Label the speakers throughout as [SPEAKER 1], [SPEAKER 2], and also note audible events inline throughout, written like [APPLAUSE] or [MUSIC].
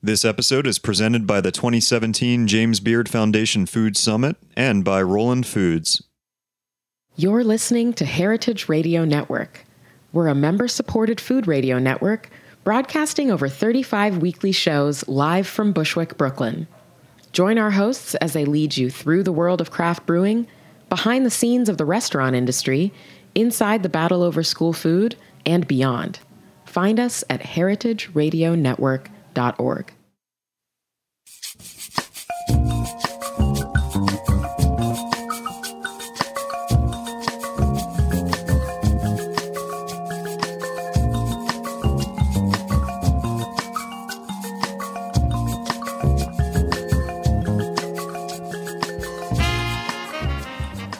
[SPEAKER 1] This episode is presented by the 2017 James Beard Foundation Food Summit and by Roland Foods.
[SPEAKER 2] You're listening to Heritage Radio Network. We're a member supported food radio network broadcasting over 35 weekly shows live from Bushwick, Brooklyn. Join our hosts as they lead you through the world of craft brewing, behind the scenes of the restaurant industry, inside the battle over school food, and beyond. Find us at heritageradionetwork.org.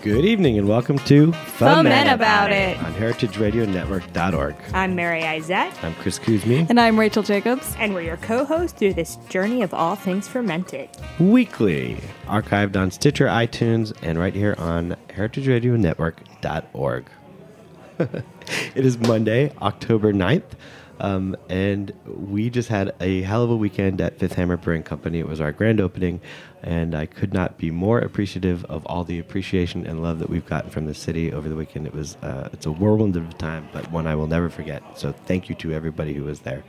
[SPEAKER 3] Good evening and welcome to
[SPEAKER 4] Foment About It.
[SPEAKER 3] on heritageradionetwork.org.
[SPEAKER 4] I'm Mary Izette,
[SPEAKER 3] I'm Chris Kuzmi.
[SPEAKER 5] And I'm Rachel Jacobs.
[SPEAKER 4] and we're your co hosts through this journey of all things fermented.
[SPEAKER 3] Weekly, archived on Stitcher, iTunes, and right here on heritageradionetwork.org. [LAUGHS] it is Monday, October 9th, um, and we just had a hell of a weekend at Fifth Hammer Brewing Company. It was our grand opening, and I could not be more appreciative of all the appreciation and love that we've gotten from the city over the weekend. It was uh, it's a whirlwind of a time, but one I will never forget. So thank you to everybody who was there.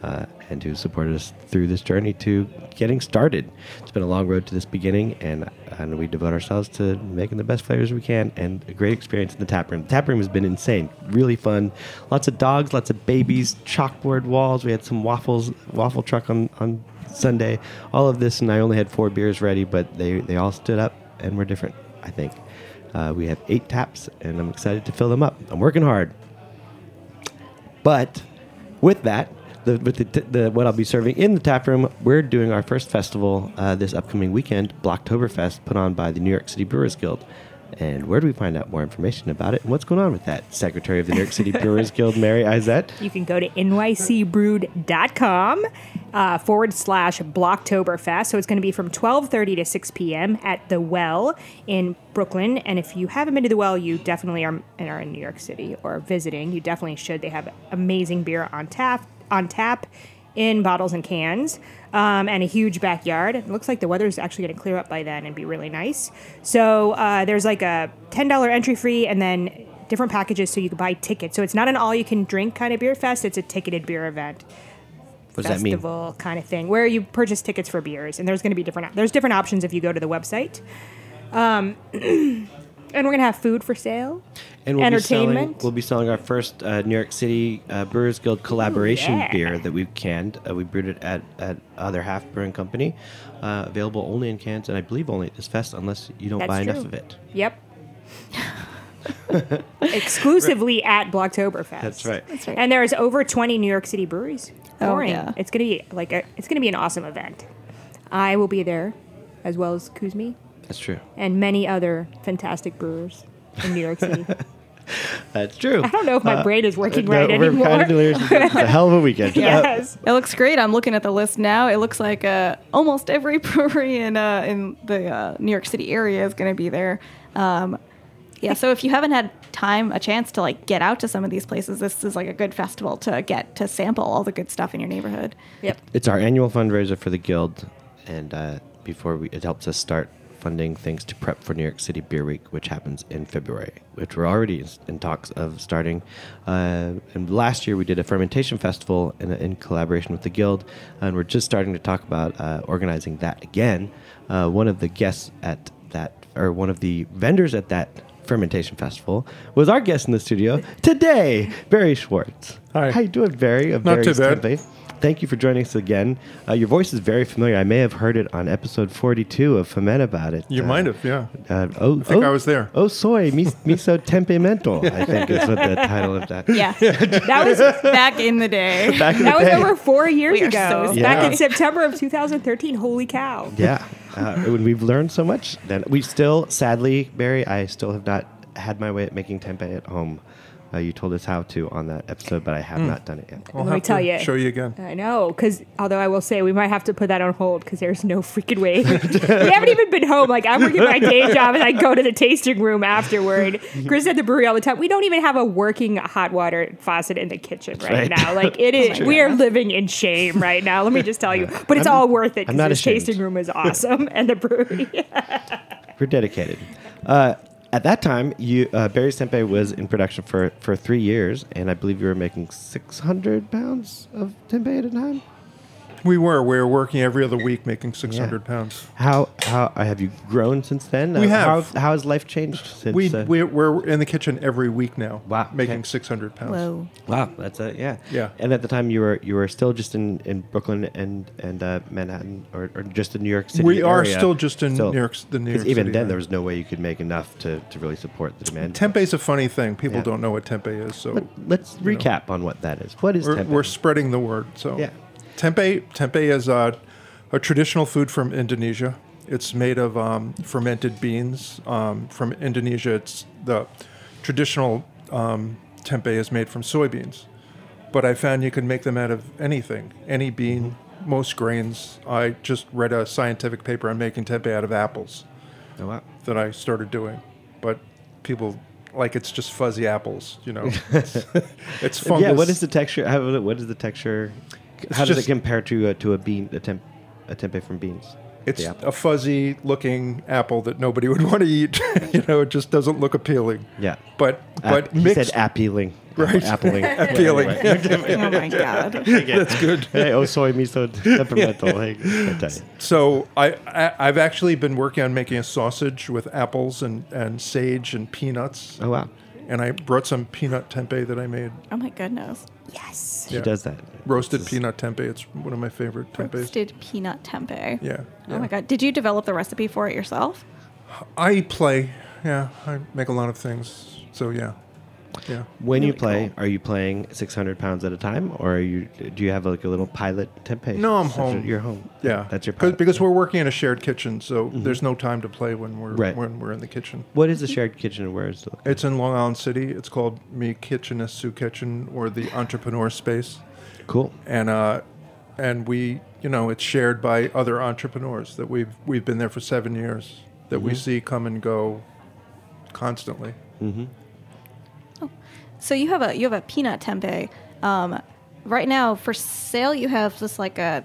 [SPEAKER 3] Uh, and who supported us through this journey to getting started. It's been a long road to this beginning, and and we devote ourselves to making the best flavors we can and a great experience in the tap room. The tap room has been insane, really fun. Lots of dogs, lots of babies, chalkboard walls. We had some waffles, waffle truck on, on Sunday. All of this, and I only had four beers ready, but they, they all stood up and were different, I think. Uh, we have eight taps, and I'm excited to fill them up. I'm working hard. But with that, the, with the, t- the what I'll be serving in the tap room, we're doing our first festival uh, this upcoming weekend, Blocktoberfest, put on by the New York City Brewers Guild. And where do we find out more information about it? And what's going on with that? Secretary of the New York City Brewers
[SPEAKER 4] [LAUGHS]
[SPEAKER 3] Guild, Mary Izette.
[SPEAKER 4] You can go to nycbrewed.com uh, forward slash Blocktoberfest. So it's going to be from 12.30 to 6 p.m. at The Well in Brooklyn. And if you haven't been to The Well, you definitely are, and are in New York City or visiting. You definitely should. They have amazing beer on tap. On tap in bottles and cans um, and a huge backyard. It looks like the weather's actually going to clear up by then and be really nice. So uh, there's like a $10 entry fee and then different packages so you can buy tickets. So it's not an all you can drink kind of beer fest, it's a ticketed beer event.
[SPEAKER 3] What does that mean?
[SPEAKER 4] festival kind of thing where you purchase tickets for beers and there's going to be different there's different options if you go to the website um, [CLEARS THROAT] and we're going to have food for sale
[SPEAKER 3] And we'll Be selling,
[SPEAKER 4] entertainment.
[SPEAKER 3] we'll be selling our first uh, New York City uh, Brewers Guild collaboration
[SPEAKER 4] yeah.
[SPEAKER 3] beer that we've canned. Uh, we brewed it at, at Other Half Brewing Company, uh, available only in cans, and I believe only at this fest, unless you don't
[SPEAKER 4] That's
[SPEAKER 3] buy
[SPEAKER 4] true.
[SPEAKER 3] enough of it. [LAUGHS]
[SPEAKER 4] Yep. Exclusively at Blocktoberfest.
[SPEAKER 3] That's right.
[SPEAKER 5] right.
[SPEAKER 4] And there's over 20 New York City breweries
[SPEAKER 5] Oh,
[SPEAKER 4] pouring.
[SPEAKER 5] yeah.
[SPEAKER 4] It's gonna be like a, it's gonna be an awesome event. I will be there, as well as Kuzmi
[SPEAKER 3] That's true.
[SPEAKER 4] and many other fantastic brewers in New York City.
[SPEAKER 3] That's true.
[SPEAKER 4] I don't know if my brain is working right
[SPEAKER 3] Uh, we're
[SPEAKER 4] anymore.
[SPEAKER 3] Kind of
[SPEAKER 4] [LAUGHS]
[SPEAKER 3] delirious. It's a hell of a weekend. Uh,
[SPEAKER 4] yes.
[SPEAKER 5] It looks great. I'm looking at the list now. It looks like uh, almost every [LAUGHS] brewery in uh, in the uh, New York City area is going to be there. Um, yeah, so if you haven't had time, a chance to like get out to some of these places, this is like a good festival to get to sample all the good stuff in your neighborhood.
[SPEAKER 4] yep.
[SPEAKER 3] It's our annual fundraiser for the guild, and uh, before we, it helps us start funding things to prep for New York City Beer Week, which happens in February, which we're already in, in talks of starting. Uh, and last year we did a fermentation festival in, in collaboration with the guild, and we're just starting to talk about uh, organizing that again. Uh, one of the guests at that, or one of the vendors at that. Fermentation Festival was our guest in the studio today, Barry Schwartz.
[SPEAKER 6] Hi.
[SPEAKER 3] How you doing, Barry? of
[SPEAKER 6] Not
[SPEAKER 3] Barry's
[SPEAKER 6] too bad.
[SPEAKER 3] Tempe? Thank you for joining us again. Uh, your voice is very familiar. I may have heard it on episode 42 of Foment About It.
[SPEAKER 6] You
[SPEAKER 3] Uh,
[SPEAKER 6] might have, yeah.
[SPEAKER 3] Uh, oh, I
[SPEAKER 6] think I was there.
[SPEAKER 3] Oh, soy, mis-
[SPEAKER 6] [LAUGHS]
[SPEAKER 3] miso tempemental, I think is what the title of that.
[SPEAKER 5] Yeah,
[SPEAKER 4] That was that
[SPEAKER 5] back in the
[SPEAKER 6] [LAUGHS]
[SPEAKER 5] day.
[SPEAKER 3] Back in the
[SPEAKER 4] was
[SPEAKER 3] day.
[SPEAKER 4] over four years
[SPEAKER 5] We are
[SPEAKER 4] ago.
[SPEAKER 5] so
[SPEAKER 4] Back
[SPEAKER 3] sorry.
[SPEAKER 4] in September of 2013. Holy cow.
[SPEAKER 3] Yeah. Uh, when we've learned so much, then we still, sadly, Barry, I still have not had my way at making tempeh at home. Uh, you told us how to on that episode, but I have
[SPEAKER 6] Hmm.
[SPEAKER 3] not done it yet.
[SPEAKER 4] Let me tell you.
[SPEAKER 6] Show you again.
[SPEAKER 4] I know, because although I will say we might have to put that on hold because there's no freaking way. [LAUGHS] we haven't even been home. Like I'm working my day job and I go to the tasting room afterward. Chris at the brewery all the time. We don't even have a working hot water faucet in the kitchen right,
[SPEAKER 3] right.
[SPEAKER 4] now. Like it is, we are living in shame right now. Let me just tell you, but it's all worth it
[SPEAKER 3] I'm not
[SPEAKER 4] because this
[SPEAKER 3] ashamed.
[SPEAKER 4] tasting room is awesome and the brewery. [LAUGHS]
[SPEAKER 3] We're dedicated. Uh, at that time, you uh, Barry Sempe was in production for, for three years, and I believe you were making 600 pounds of tempeh at a time.
[SPEAKER 6] We were. We were working every other week making 600
[SPEAKER 3] Yeah.
[SPEAKER 6] pounds.
[SPEAKER 3] How how uh, have you grown since then?
[SPEAKER 6] We have.
[SPEAKER 3] How, how has life changed since?
[SPEAKER 6] We,
[SPEAKER 3] uh,
[SPEAKER 6] we, we're in the kitchen every week now
[SPEAKER 3] Wow,
[SPEAKER 6] making
[SPEAKER 3] okay.
[SPEAKER 6] 600 pounds. [LAUGHS]
[SPEAKER 5] Whoa.
[SPEAKER 3] wow, that's it. Yeah,
[SPEAKER 6] Yeah.
[SPEAKER 3] And at the time, you were you were still just in, in Brooklyn and and uh, Manhattan, or, or just in New York City.
[SPEAKER 6] We are
[SPEAKER 3] area.
[SPEAKER 6] still just in New York- the New
[SPEAKER 3] 'Cause
[SPEAKER 6] York
[SPEAKER 3] Even
[SPEAKER 6] City
[SPEAKER 3] then,
[SPEAKER 6] area.
[SPEAKER 3] there was no way you could make enough to, to really support the demand.
[SPEAKER 6] Tempe's a funny thing. People
[SPEAKER 3] Yeah.
[SPEAKER 6] don't know what tempeh is, so
[SPEAKER 3] Let's recap on what that is. What is
[SPEAKER 6] we're,
[SPEAKER 3] tempeh?
[SPEAKER 6] we're spreading the word. So
[SPEAKER 3] Yeah.
[SPEAKER 6] tempeh tempeh is a, a traditional food from Indonesia. It's made of um, fermented beans um, from Indonesia. It's the traditional um, tempeh is made from soybeans, but I found you can make them out of anything, any bean,
[SPEAKER 3] Mm-hmm.
[SPEAKER 6] most grains. I just read a scientific paper on making tempeh out of apples
[SPEAKER 3] Oh, wow.
[SPEAKER 6] that I started doing, but people like it's just fuzzy apples, you
[SPEAKER 3] [LAUGHS]
[SPEAKER 6] know. it's, it's fungus.
[SPEAKER 3] Yeah. What is the texture? How, what is the texture? How does it
[SPEAKER 6] just-
[SPEAKER 3] compare to uh, to a bean a, temp, a tempeh from beans?
[SPEAKER 6] It's
[SPEAKER 3] Yeah.
[SPEAKER 6] a fuzzy looking apple that nobody would [LAUGHS] want to eat. you know, it just doesn't look appealing.
[SPEAKER 3] Yeah.
[SPEAKER 6] But
[SPEAKER 3] App-
[SPEAKER 6] but
[SPEAKER 3] he said
[SPEAKER 6] mixed
[SPEAKER 3] appealing.
[SPEAKER 6] [LAUGHS] Right.
[SPEAKER 3] Appling.
[SPEAKER 6] appealing.
[SPEAKER 5] Oh my god.
[SPEAKER 3] That's good. Hey, oh, soy me so temperamental. Like, I tell you.
[SPEAKER 6] [LAUGHS] So I, I I've actually been working on making a sausage with apples and, and sage and peanuts.
[SPEAKER 3] Oh, wow.
[SPEAKER 6] And I brought some peanut tempeh that I made.
[SPEAKER 5] Oh my goodness.
[SPEAKER 4] yes.
[SPEAKER 3] She
[SPEAKER 6] Yeah.
[SPEAKER 3] does that.
[SPEAKER 6] Roasted peanut tempeh. It's one of my favorite tempehs.
[SPEAKER 5] Roasted peanut tempeh.
[SPEAKER 6] Yeah.
[SPEAKER 5] Oh my god. Did you develop the recipe for it yourself?
[SPEAKER 6] I play. Yeah, I make a lot of things. So yeah, yeah.
[SPEAKER 3] When you play, are you playing 600 pounds at a time, or are you? Do you have like a little pilot tempeh?
[SPEAKER 6] No, I'm
[SPEAKER 3] session?
[SPEAKER 6] home.
[SPEAKER 3] You're home.
[SPEAKER 6] Yeah,
[SPEAKER 3] that's your
[SPEAKER 6] Cause,
[SPEAKER 3] pilot.
[SPEAKER 6] because we're working in a shared kitchen, so there's no time to play when we're
[SPEAKER 3] Right.
[SPEAKER 6] when we're in the kitchen.
[SPEAKER 3] what is the shared kitchen and where is the?
[SPEAKER 6] It's in Long Island City. It's called Me Kitchen is Sue Kitchen or the Entrepreneur Space,
[SPEAKER 3] Cool.
[SPEAKER 6] and uh, and we you know it's shared by other entrepreneurs that we've we've been there for seven years that we
[SPEAKER 3] Mm-hmm.
[SPEAKER 6] see come and go constantly.
[SPEAKER 5] So you have a you have a peanut tempeh. Um, right now for sale, you have just like a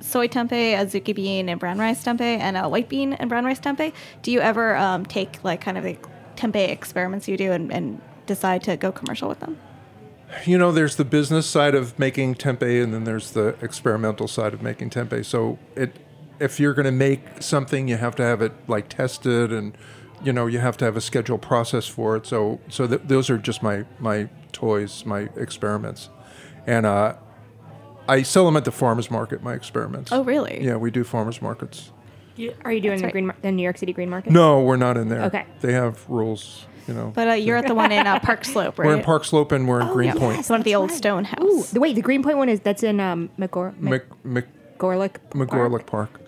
[SPEAKER 5] soy tempeh, a zuki bean and brown rice tempeh, and a white bean and brown rice tempeh. Do you ever um, take like kind of the tempeh experiments you do and, and decide to go commercial with them?
[SPEAKER 6] you know, there's the business side of making tempeh, and then there's the experimental side of making tempeh. So it, if you're going to make something, you have to have it like tested, and you know, you have to have a scheduled process for it. So, so th- those are just my my toys, my experiments, and uh, I sell them at the farmers market. My experiments.
[SPEAKER 5] Oh, really?
[SPEAKER 6] Yeah, we do farmers markets.
[SPEAKER 4] You- Are you doing the
[SPEAKER 5] right.
[SPEAKER 4] green mar- the New York City green market?
[SPEAKER 6] No, we're not in there.
[SPEAKER 4] Okay.
[SPEAKER 6] They have rules, you know.
[SPEAKER 5] But uh, you're at the one in uh, Park Slope, right? Oh,
[SPEAKER 6] we're in Park Slope and we're in Greenpoint.
[SPEAKER 5] It's one of the
[SPEAKER 4] that's
[SPEAKER 5] old
[SPEAKER 4] right.
[SPEAKER 5] stone house.
[SPEAKER 4] Ooh, the, wait, the Greenpoint one is that's in um, McGor-
[SPEAKER 6] Mc, Mc,
[SPEAKER 4] McGorlick.
[SPEAKER 6] McGorlick Park.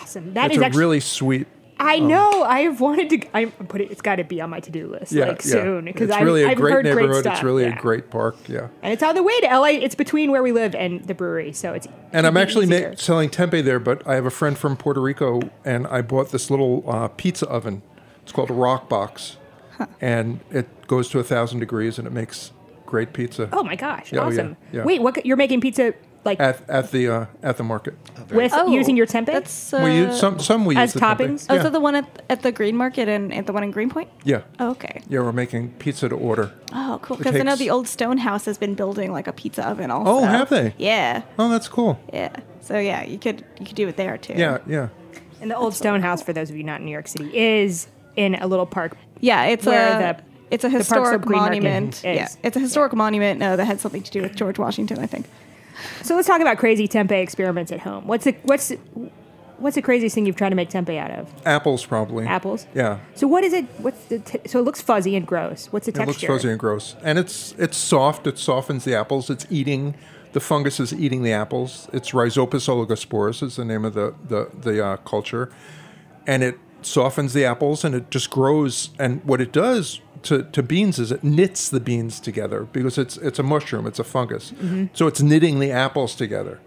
[SPEAKER 4] Awesome. That
[SPEAKER 6] It's
[SPEAKER 4] is
[SPEAKER 6] a
[SPEAKER 4] actually
[SPEAKER 6] really sweet
[SPEAKER 4] I
[SPEAKER 6] Um,
[SPEAKER 4] know. I have wanted to. I put it. It's got to be on my to-do list like soon because
[SPEAKER 6] it's
[SPEAKER 4] I've,
[SPEAKER 6] really a
[SPEAKER 4] I've
[SPEAKER 6] great
[SPEAKER 4] heard
[SPEAKER 6] neighborhood.
[SPEAKER 4] great stuff.
[SPEAKER 6] It's really
[SPEAKER 4] yeah.
[SPEAKER 6] a great park. Yeah,
[SPEAKER 4] and it's on the way to LA. It's between where we live and the brewery, so it's.
[SPEAKER 6] and I'm
[SPEAKER 4] even
[SPEAKER 6] actually ma-
[SPEAKER 4] easier.
[SPEAKER 6] selling tempeh there, but I have a friend from Puerto Rico, and I bought this little uh, pizza oven. It's called a Rock Box, and it goes to a thousand degrees, and it makes great pizza
[SPEAKER 4] Oh my gosh!
[SPEAKER 6] Yeah, oh, yeah,
[SPEAKER 4] awesome.
[SPEAKER 6] yeah.
[SPEAKER 4] Wait, what? You're making pizza like
[SPEAKER 6] at at the uh, at the market.
[SPEAKER 4] with
[SPEAKER 5] Oh,
[SPEAKER 4] using your tempeh?
[SPEAKER 5] That's uh,
[SPEAKER 6] we use some some we
[SPEAKER 4] as
[SPEAKER 6] use the tempeh.
[SPEAKER 4] toppings?
[SPEAKER 5] Oh,
[SPEAKER 6] Yeah.
[SPEAKER 5] is that the one at, at the Green Market and at the one in Greenpoint?
[SPEAKER 6] yeah.
[SPEAKER 5] Oh, okay.
[SPEAKER 6] Yeah, we're making pizza to order.
[SPEAKER 5] Oh, cool.
[SPEAKER 6] It
[SPEAKER 5] Because I know
[SPEAKER 6] takes-
[SPEAKER 5] the old stone house has been building like a pizza oven. Also.
[SPEAKER 6] Oh, have they?
[SPEAKER 5] Yeah,
[SPEAKER 6] Oh, that's cool.
[SPEAKER 5] yeah. So yeah, you could you could do it there too.
[SPEAKER 6] Yeah, yeah.
[SPEAKER 4] and the old stone house for those of you not in New York City is in a little park.
[SPEAKER 5] yeah. It's
[SPEAKER 4] Where
[SPEAKER 5] a
[SPEAKER 4] the-
[SPEAKER 5] it's a
[SPEAKER 4] the Park Slope
[SPEAKER 5] historic
[SPEAKER 4] Green Market
[SPEAKER 5] monument.
[SPEAKER 4] is.
[SPEAKER 5] Yeah, it's a historic monument uh, that had something to do with George Washington, I think.
[SPEAKER 4] So let's talk about crazy tempeh experiments at home. What's the what's what's the craziest thing you've tried to make tempeh out of?
[SPEAKER 6] Apples probably.
[SPEAKER 4] Apples.
[SPEAKER 6] Yeah.
[SPEAKER 4] So what is it? What's the t- so it looks fuzzy and gross. What's the
[SPEAKER 6] It looks
[SPEAKER 4] texture?
[SPEAKER 6] fuzzy and gross, and it's it's soft. It softens the apples. It's eating the fungus is eating the apples. It's Rhizopus oligosporus is the name of the the the uh, culture, and it softens the apples and it just grows. And what it does to, to beans is it knits the beans together because it's it's a mushroom, it's a fungus, so it's knitting the apples together.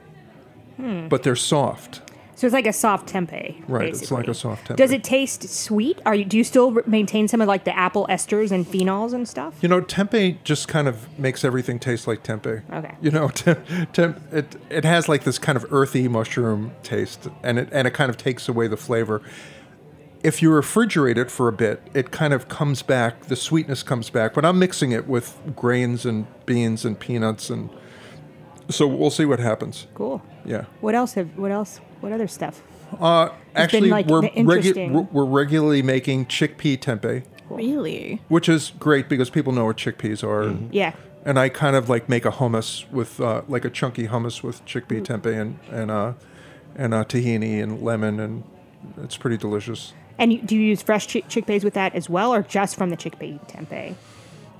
[SPEAKER 6] But they're soft.
[SPEAKER 4] So it's like a soft tempeh.
[SPEAKER 6] Right, it's
[SPEAKER 4] basically.
[SPEAKER 6] like a soft tempeh.
[SPEAKER 4] Does it taste sweet? Are you do you still re- maintain some of like the apple esters and phenols and stuff?
[SPEAKER 6] You know, tempeh just kind of makes everything taste like tempeh.
[SPEAKER 4] Okay.
[SPEAKER 6] You know, [LAUGHS] tem- tem- it it has like this kind of earthy mushroom taste, and it and it kind of takes away the flavor. If you refrigerate it for a bit, it kind of comes back. The sweetness comes back. But I'm mixing it with grains and beans and peanuts, and so we'll see what happens.
[SPEAKER 4] Cool.
[SPEAKER 6] Yeah.
[SPEAKER 4] What else have? What else? What other stuff?
[SPEAKER 6] Uh, actually,
[SPEAKER 4] like,
[SPEAKER 6] we're,
[SPEAKER 4] interesting.
[SPEAKER 6] regu- we're regularly making chickpea tempeh,
[SPEAKER 5] Really?
[SPEAKER 6] which is great because people know what chickpeas are.
[SPEAKER 4] Yeah.
[SPEAKER 6] and I kind of like make a hummus with uh, like a chunky hummus with chickpea tempeh and and uh, and uh, tahini and lemon and it's pretty delicious.
[SPEAKER 4] And you, do you use fresh chick- chickpeas with that as well, or just from the chickpea tempeh?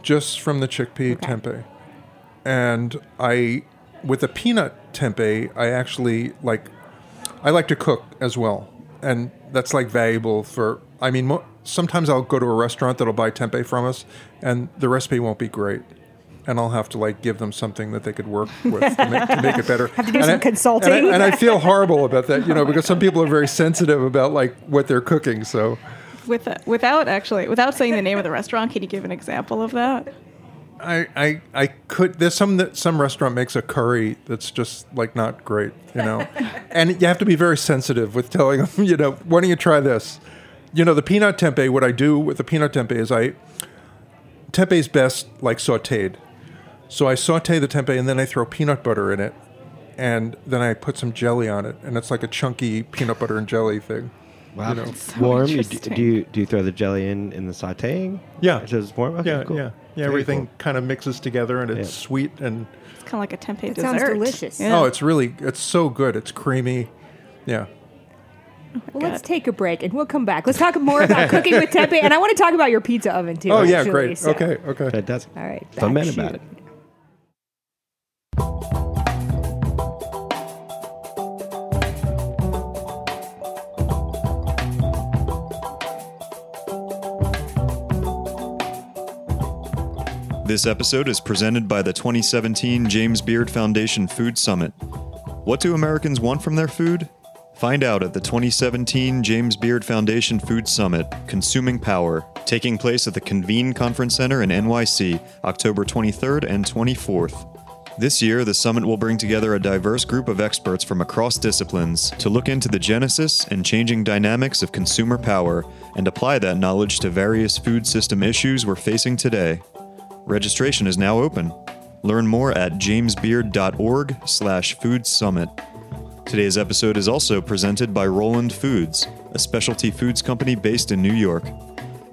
[SPEAKER 6] Just from the chickpea
[SPEAKER 4] Okay.
[SPEAKER 6] tempeh, and I with the peanut tempeh, I actually like I like to cook as well, and that's like valuable for. I mean, mo- sometimes I'll go to a restaurant that'll buy tempeh from us, and the recipe won't be great. And I'll have to like give them something that they
[SPEAKER 4] [LAUGHS]
[SPEAKER 6] could work with to make, to make it better. have to
[SPEAKER 4] do some consulting.
[SPEAKER 6] and I, and I feel horrible about that, you know, because some people are very sensitive about like what they're cooking. So,
[SPEAKER 5] With without actually without saying the name of the restaurant, can you give an example of that?
[SPEAKER 6] I, I, I could. There's some that some restaurant makes a curry that's just like not great, you know, and you have to be very sensitive with telling them, you know, why don't you try this? You know, the peanut tempeh. What I do with the peanut tempeh is I tempeh's best like sautéed, so I saute the tempeh and then I throw peanut butter in it, and then I put some jelly on it, and it's like a chunky peanut butter and jelly thing.
[SPEAKER 3] Wow.
[SPEAKER 6] You know.
[SPEAKER 5] So
[SPEAKER 3] warm. You d-
[SPEAKER 5] interesting.
[SPEAKER 3] do you do you throw the jelly in in the sautéing?
[SPEAKER 6] Yeah.
[SPEAKER 3] So it's warm. Okay,
[SPEAKER 6] yeah,
[SPEAKER 3] cool.
[SPEAKER 6] yeah, yeah.
[SPEAKER 3] Very
[SPEAKER 6] Everything
[SPEAKER 3] cool.
[SPEAKER 6] kind of mixes together, and it's
[SPEAKER 3] Yeah.
[SPEAKER 6] sweet and.
[SPEAKER 5] It's kind of like a tempeh
[SPEAKER 4] That
[SPEAKER 5] dessert.
[SPEAKER 4] sounds delicious.
[SPEAKER 5] Yeah.
[SPEAKER 6] Oh, it's really it's so good. It's creamy. Yeah.
[SPEAKER 4] Well, let's take a break and we'll come back. Let's talk more
[SPEAKER 6] [LAUGHS]
[SPEAKER 4] about cooking with tempeh, and I want to talk about your pizza oven too.
[SPEAKER 6] Oh yeah,
[SPEAKER 4] actually,
[SPEAKER 6] great.
[SPEAKER 4] so-
[SPEAKER 6] Okay, okay.
[SPEAKER 3] Fantastic.
[SPEAKER 4] All right.
[SPEAKER 3] So I'm
[SPEAKER 4] back
[SPEAKER 3] mad about
[SPEAKER 4] to-
[SPEAKER 3] it.
[SPEAKER 1] This episode is presented by the 2017 James Beard Foundation Food Summit. What do Americans want from their food? Find out at the 2017 James Beard Foundation Food Summit, Consuming Power, taking place at the Convene Conference Center in NYC, October 23rd and 24th. This year, the summit will bring together a diverse group of experts from across disciplines to look into the genesis and changing dynamics of consumer power and apply that knowledge to various food system issues we're facing today. Registration is now open. Learn more at jamesbeard.org slash food summit. Today's episode is also presented by Roland Foods, a specialty foods company based in New York.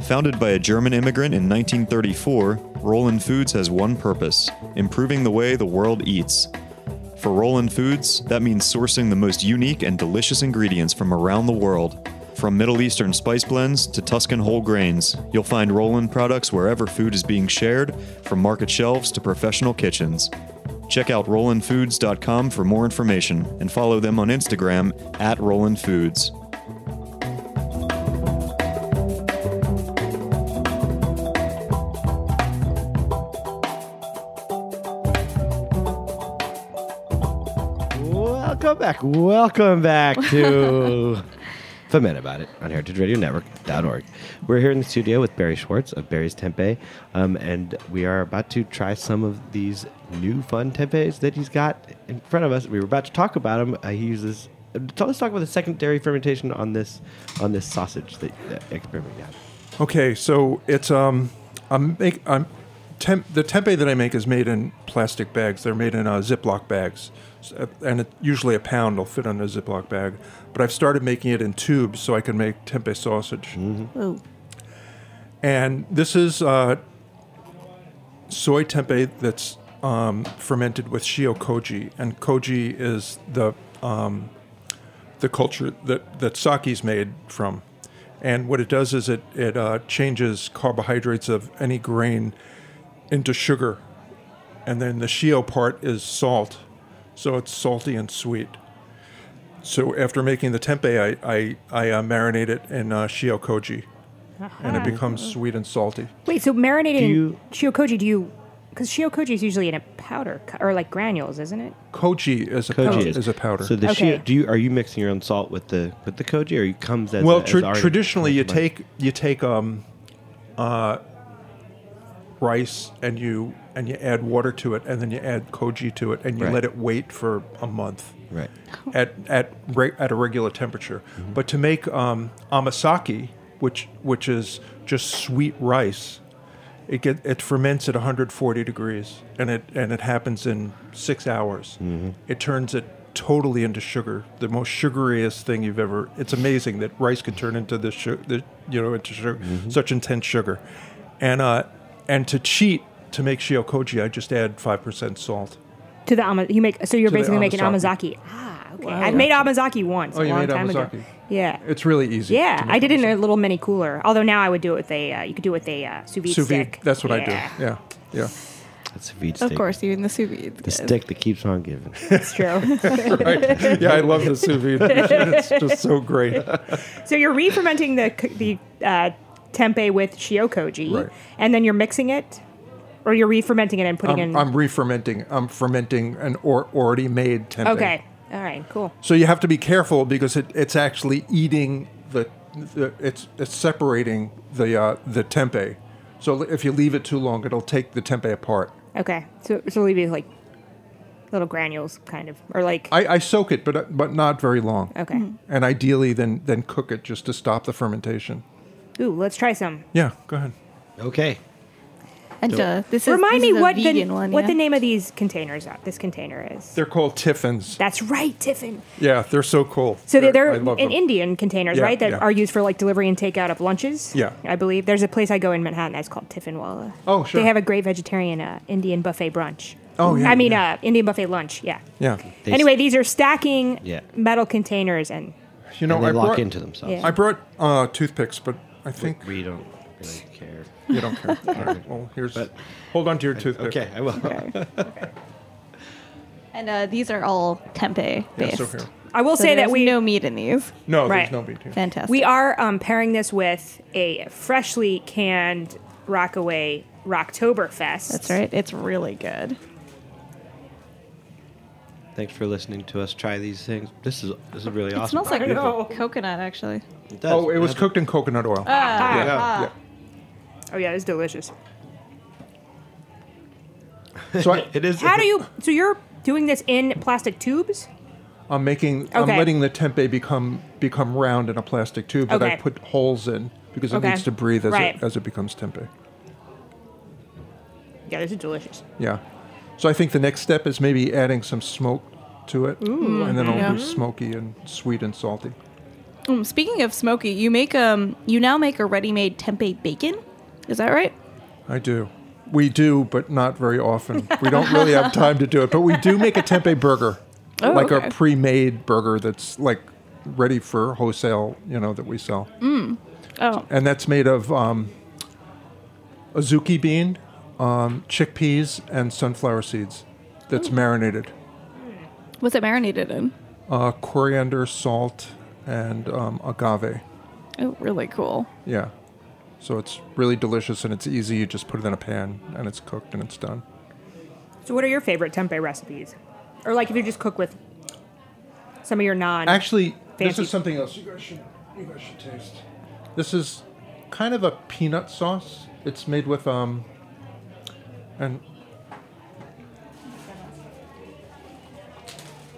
[SPEAKER 1] Founded by a German immigrant in 1934, Roland Foods has one purpose improving the way the world eats. For Roland Foods, that means sourcing the most unique and delicious ingredients from around the world. From Middle Eastern spice blends to Tuscan whole grains, you'll find Roland products wherever food is being shared, from market shelves to professional kitchens. Check out RolandFoods.com for more information and follow them on Instagram at Roland Foods.
[SPEAKER 3] Welcome back. Welcome back
[SPEAKER 4] [LAUGHS]
[SPEAKER 3] to Foment About It on heritageradionetwork.org. We're here in the studio with Barry Schwartz of Barry's Tempeh, um, and we are about to try some of these new fun tempehs that he's got in front of us. We were about to talk about them. Uh, he uses. uh, so Let's talk about the secondary fermentation on this on this sausage that, that experiment. Yeah.
[SPEAKER 6] Okay, so it's um I'm make I'm temp, the tempeh that I make is made in plastic bags. They're made in uh, Ziploc bags. So, And it, usually a pound will fit on a Ziploc bag, but I've started making it in tubes so I can make tempeh sausage.
[SPEAKER 5] Whoa.
[SPEAKER 6] And this is uh, soy tempeh that's um, fermented with shio koji, and koji is the um, the culture that that sake's made from. And what it does is it it uh, changes carbohydrates of any grain into sugar, and then the shio part is salt, so it's salty and sweet. So after making the tempeh, I I, I uh, marinate it in uh, shio koji and it becomes sweet and salty.
[SPEAKER 4] Wait, so marinated
[SPEAKER 3] Do
[SPEAKER 4] in
[SPEAKER 3] you-
[SPEAKER 4] shiokoji, do you. Because shiokoji is usually in a powder cu- or like granules, isn't it?
[SPEAKER 6] Koji is a,
[SPEAKER 3] Koji
[SPEAKER 6] pow- is. a powder.
[SPEAKER 3] So the
[SPEAKER 4] Okay.
[SPEAKER 3] shi- do you are you mixing your own salt with the with the koji, or you comes as
[SPEAKER 6] well,
[SPEAKER 3] a- as
[SPEAKER 6] tra-
[SPEAKER 3] already-
[SPEAKER 6] traditionally you take you take um, uh, rice and you and you add water to it, and then you add koji to it, and you
[SPEAKER 3] Right.
[SPEAKER 6] let it wait for a month.
[SPEAKER 3] right.
[SPEAKER 6] at at re- at a regular temperature. But to make um, amasaki, which which is just sweet rice, it get it ferments at 140 degrees, and it and it happens in six hours. It turns it totally into sugar, the most sugariest thing you've ever. It's amazing that rice could turn into this sugar, you know, into sugar, such intense sugar, and uh, and to cheat to make shiokoji, I just add five percent salt.
[SPEAKER 4] To the ama- you make so you're
[SPEAKER 6] To the
[SPEAKER 4] basically making amazaki.
[SPEAKER 6] amazaki.
[SPEAKER 4] Ah, okay. I made amazaki once
[SPEAKER 6] Oh,
[SPEAKER 4] a
[SPEAKER 6] you
[SPEAKER 4] long
[SPEAKER 6] made
[SPEAKER 4] time
[SPEAKER 6] amazaki.
[SPEAKER 4] ago. Yeah.
[SPEAKER 6] It's really easy.
[SPEAKER 4] yeah,
[SPEAKER 6] to make
[SPEAKER 4] I did it in
[SPEAKER 6] amazaki.
[SPEAKER 4] a little mini cooler. Although now I would do it with a uh, you could do it with a uh, sous vide
[SPEAKER 6] sous vide.
[SPEAKER 4] stick.
[SPEAKER 6] That's what
[SPEAKER 4] Yeah,
[SPEAKER 6] I do. Yeah, yeah.
[SPEAKER 3] That's a
[SPEAKER 6] Oh.
[SPEAKER 3] feed stick.
[SPEAKER 5] Of course, you in the sous vide.
[SPEAKER 3] the stick that keeps on giving.
[SPEAKER 4] That's true. [LAUGHS]
[SPEAKER 6] Right. Yeah, I love the sous vide. it's just so great.
[SPEAKER 4] So you're re-fermenting the c- the uh, tempeh with shiokoji,
[SPEAKER 6] Right.
[SPEAKER 4] and then you're mixing it, or you're re-fermenting it and putting
[SPEAKER 6] I'm,
[SPEAKER 4] in.
[SPEAKER 6] I'm re-fermenting. I'm fermenting an or, already made tempeh.
[SPEAKER 4] okay, all right, cool.
[SPEAKER 6] So you have to be careful because it, it's actually eating the, the it's it's separating the uh, the tempeh. So if you leave it too long, it'll take the tempeh apart.
[SPEAKER 4] Okay, so so leave it like little granules, kind of, or like
[SPEAKER 6] I, I soak it, but uh, but not very long.
[SPEAKER 4] okay.
[SPEAKER 6] And ideally, then then cook it just to stop the fermentation.
[SPEAKER 4] Ooh, let's try some.
[SPEAKER 6] Yeah, go ahead.
[SPEAKER 3] okay.
[SPEAKER 5] And uh, this is
[SPEAKER 4] Remind
[SPEAKER 5] this
[SPEAKER 4] me
[SPEAKER 5] is a
[SPEAKER 4] what the
[SPEAKER 5] vegan one,
[SPEAKER 4] what
[SPEAKER 5] yeah.
[SPEAKER 4] the name of these containers are. This container is.
[SPEAKER 6] They're called tiffins.
[SPEAKER 4] That's right, Tiffin.
[SPEAKER 6] Yeah, they're so cool.
[SPEAKER 4] So they're,
[SPEAKER 6] I
[SPEAKER 4] they're
[SPEAKER 6] love
[SPEAKER 4] in
[SPEAKER 6] them.
[SPEAKER 4] Indian containers,
[SPEAKER 6] Yeah,
[SPEAKER 4] right? That
[SPEAKER 6] yeah.
[SPEAKER 4] are used for like delivery and takeout of lunches.
[SPEAKER 6] Yeah.
[SPEAKER 4] I believe there's a place I go in Manhattan that's called Tiffin Walla.
[SPEAKER 6] Oh, sure.
[SPEAKER 4] They have a great vegetarian uh, Indian buffet brunch.
[SPEAKER 6] Oh, yeah,
[SPEAKER 4] I mean,
[SPEAKER 6] yeah.
[SPEAKER 4] uh, Indian buffet lunch. Yeah.
[SPEAKER 6] Yeah.
[SPEAKER 3] They
[SPEAKER 4] anyway, these are stacking
[SPEAKER 3] Yeah.
[SPEAKER 4] metal containers, and
[SPEAKER 6] You know,
[SPEAKER 3] and they
[SPEAKER 6] I
[SPEAKER 3] lock
[SPEAKER 6] brought,
[SPEAKER 3] into themselves.
[SPEAKER 4] Yeah.
[SPEAKER 6] I brought uh, toothpicks, but I think
[SPEAKER 3] We don't really care.
[SPEAKER 6] you don't
[SPEAKER 3] [LAUGHS]
[SPEAKER 6] care. All right, well, here's. hold on to your toothpick.
[SPEAKER 3] Okay, I will.
[SPEAKER 5] and uh, these are all tempeh
[SPEAKER 6] Yeah,
[SPEAKER 5] based.
[SPEAKER 6] so here.
[SPEAKER 4] I will
[SPEAKER 5] So
[SPEAKER 4] say that
[SPEAKER 5] there's
[SPEAKER 4] we
[SPEAKER 5] no meat in these.
[SPEAKER 6] No,
[SPEAKER 4] Right.
[SPEAKER 6] there's no meat here.
[SPEAKER 5] Fantastic.
[SPEAKER 4] we are um, pairing this with a freshly canned Rockaway Rocktoberfest.
[SPEAKER 5] That's right. It's really good.
[SPEAKER 3] Thanks for listening to us try these things. This is this is really awesome.
[SPEAKER 5] It smells like
[SPEAKER 4] I know.
[SPEAKER 5] coconut, actually.
[SPEAKER 3] It does.
[SPEAKER 6] Oh, it was
[SPEAKER 3] Yeah.
[SPEAKER 6] cooked in coconut oil.
[SPEAKER 4] Ah.
[SPEAKER 6] yeah,
[SPEAKER 4] Oh yeah, it's delicious.
[SPEAKER 6] yeah. So I,
[SPEAKER 3] [LAUGHS] It is.
[SPEAKER 4] How do you? So you're doing this in plastic tubes?
[SPEAKER 6] I'm making. I'm
[SPEAKER 4] Okay.
[SPEAKER 6] letting the tempeh become become round in a plastic tube that I
[SPEAKER 4] Okay.
[SPEAKER 6] put holes in because it
[SPEAKER 4] Okay.
[SPEAKER 6] needs to breathe as
[SPEAKER 4] Right.
[SPEAKER 6] it as it becomes tempeh.
[SPEAKER 4] Yeah, this is delicious.
[SPEAKER 6] Yeah. So I think the next step is maybe adding some smoke to it, and
[SPEAKER 4] Mm-hmm.
[SPEAKER 6] then it'll be smoky and sweet and salty.
[SPEAKER 5] Mm, speaking of smoky, you make um, you now make a ready-made tempeh bacon. Is that right?
[SPEAKER 6] I do. We do, but not very often. We don't
[SPEAKER 5] [LAUGHS]
[SPEAKER 6] really have time to do it, but we do make a tempeh burger,
[SPEAKER 5] Oh,
[SPEAKER 6] like
[SPEAKER 5] okay.
[SPEAKER 6] a pre-made burger that's like ready for wholesale, you know, that we sell,
[SPEAKER 5] Mm. Oh,
[SPEAKER 6] and that's made of um, azuki bean, um, chickpeas, and sunflower seeds. That's
[SPEAKER 5] Mm.
[SPEAKER 6] marinated,
[SPEAKER 5] what's it marinated in?
[SPEAKER 6] uh, coriander, salt, and um, agave.
[SPEAKER 5] Oh, really cool.
[SPEAKER 6] Yeah. So it's really delicious and it's easy. You just put it in a pan and it's cooked and it's done.
[SPEAKER 4] So, what are your favorite tempeh recipes? Or like if you just cook with some of your non.
[SPEAKER 6] Actually, this
[SPEAKER 4] Fancy-
[SPEAKER 6] is something else you guys should you guys should taste. This is kind of a peanut sauce. It's made with um and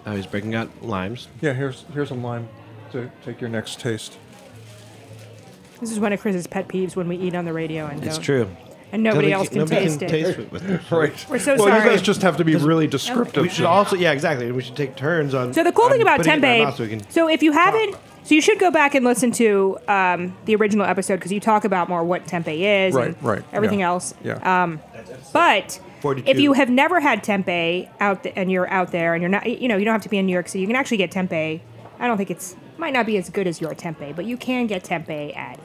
[SPEAKER 3] Oh, he's breaking out limes.
[SPEAKER 6] yeah, here's here's a lime to take your next taste.
[SPEAKER 4] this is one of Chris's pet peeves when we eat on the radio and
[SPEAKER 3] It's
[SPEAKER 4] don't-
[SPEAKER 3] true.
[SPEAKER 4] and nobody
[SPEAKER 3] Nobody
[SPEAKER 4] else
[SPEAKER 3] ca-
[SPEAKER 4] can
[SPEAKER 3] nobody
[SPEAKER 4] taste
[SPEAKER 3] can
[SPEAKER 4] it.
[SPEAKER 3] taste it with this.
[SPEAKER 6] [LAUGHS] Right.
[SPEAKER 4] We're so
[SPEAKER 6] well, you
[SPEAKER 4] sorry.
[SPEAKER 6] guys just have to be really descriptive.
[SPEAKER 3] We should also, yeah, exactly. We should take turns on.
[SPEAKER 4] So the cool
[SPEAKER 3] on
[SPEAKER 4] thing about
[SPEAKER 3] putting it in our
[SPEAKER 4] tempeh,
[SPEAKER 3] mouth so we can-
[SPEAKER 4] so if you haven't, so you should go back and listen to um, the original episode because you talk about more what tempeh is
[SPEAKER 6] Right,
[SPEAKER 4] and
[SPEAKER 6] right,
[SPEAKER 4] everything
[SPEAKER 6] yeah,
[SPEAKER 4] else.
[SPEAKER 6] yeah.
[SPEAKER 4] Um, but
[SPEAKER 3] 42.
[SPEAKER 4] if you have never had tempeh out th- and you're out there and you're not, you know, you don't have to be in New York City. You can actually get tempeh. I don't think it's might not be as good as your tempeh, but you can get tempeh at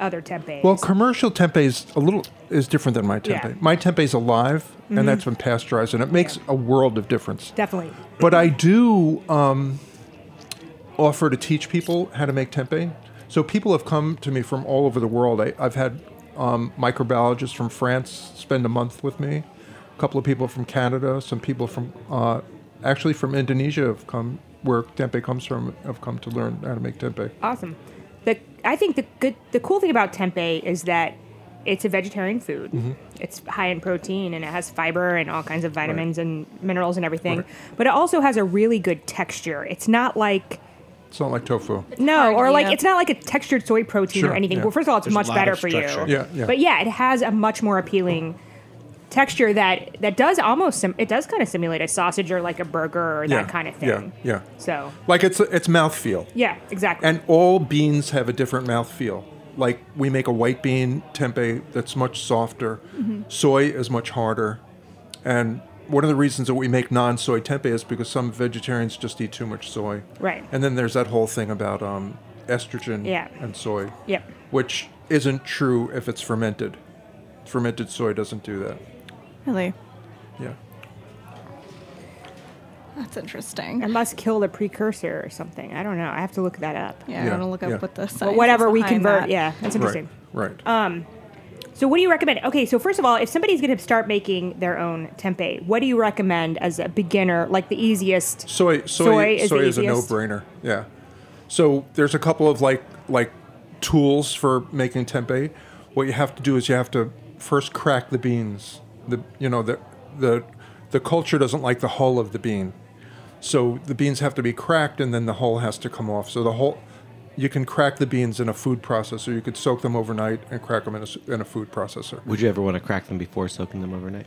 [SPEAKER 4] other tempeh.
[SPEAKER 6] Well, commercial tempeh is a little is different than my tempeh.
[SPEAKER 4] Yeah. Mm-hmm.
[SPEAKER 6] My tempeh is alive, and that's been pasteurized, and it makes a world of difference.
[SPEAKER 4] definitely.
[SPEAKER 6] But I do um, offer to teach people how to make tempeh. So people have come to me from all over the world. I, I've had um, microbiologists from France spend a month with me, a couple of people from Canada, some people from uh, actually from Indonesia have come where tempeh comes from have come to learn how to make tempeh.
[SPEAKER 4] Awesome. The I think the good the cool thing about tempeh is that it's a vegetarian food.
[SPEAKER 6] Mm-hmm.
[SPEAKER 4] It's high in protein and it has fiber and all kinds of vitamins and minerals and everything.
[SPEAKER 6] Right.
[SPEAKER 4] But it also has a really good texture. It's not like
[SPEAKER 6] It's not like tofu.
[SPEAKER 4] no,
[SPEAKER 5] hard,
[SPEAKER 4] or like
[SPEAKER 5] yeah.
[SPEAKER 4] it's not like a textured soy protein
[SPEAKER 6] Sure,
[SPEAKER 4] or anything.
[SPEAKER 6] yeah.
[SPEAKER 4] Well, first of all, it's
[SPEAKER 7] There's a
[SPEAKER 4] much
[SPEAKER 7] lot
[SPEAKER 4] better
[SPEAKER 7] of
[SPEAKER 4] for you.
[SPEAKER 7] structure.
[SPEAKER 6] Yeah, yeah.
[SPEAKER 4] But yeah, it has a much more appealing texture that that does almost sim- it does kind of simulate a sausage or like a burger or
[SPEAKER 6] yeah,
[SPEAKER 4] that kind of
[SPEAKER 6] yeah,
[SPEAKER 4] thing.
[SPEAKER 6] yeah.
[SPEAKER 4] So
[SPEAKER 6] Like it's it's mouthfeel.
[SPEAKER 4] yeah, exactly.
[SPEAKER 6] And all beans have a different mouthfeel. Like we make a white bean tempeh that's much softer,
[SPEAKER 4] Mm-hmm.
[SPEAKER 6] soy is much harder. And one of the reasons that we make non soy tempeh is because some vegetarians just eat too much soy.
[SPEAKER 4] Right.
[SPEAKER 6] And then there's that whole thing about um, estrogen
[SPEAKER 4] Yeah.
[SPEAKER 6] and soy,
[SPEAKER 4] yep.
[SPEAKER 6] which isn't true if it's fermented. Fermented soy doesn't do that.
[SPEAKER 5] Really?
[SPEAKER 6] Yeah.
[SPEAKER 5] That's interesting.
[SPEAKER 4] I must kill the precursor or something. I don't know. I have to look that up.
[SPEAKER 5] yeah,
[SPEAKER 6] Yeah,
[SPEAKER 5] I want to look up
[SPEAKER 6] yeah.
[SPEAKER 5] what the science
[SPEAKER 4] But
[SPEAKER 5] is
[SPEAKER 4] whatever we
[SPEAKER 5] behind
[SPEAKER 4] convert,
[SPEAKER 5] that.
[SPEAKER 4] yeah, that's interesting.
[SPEAKER 6] Right. Right.
[SPEAKER 4] So, what do you recommend? Okay, so first of all, if somebody's going to start making their own tempeh, what do you recommend as a beginner, like the easiest?
[SPEAKER 6] soy soy
[SPEAKER 4] Soy
[SPEAKER 6] soy
[SPEAKER 4] is
[SPEAKER 6] is,
[SPEAKER 4] the
[SPEAKER 6] a
[SPEAKER 4] easiest.
[SPEAKER 6] no-brainer. Yeah. So there's a couple of like like tools for making tempeh. What you have to do is you have to first crack the beans. The you know the the the culture doesn't like the hull of the bean. So the beans have to be cracked and then the hull has to come off. So the whole you can crack the beans in a food processor. You could soak them overnight and crack them in a, s- in a food processor.
[SPEAKER 3] Would you ever want to crack them before soaking them overnight?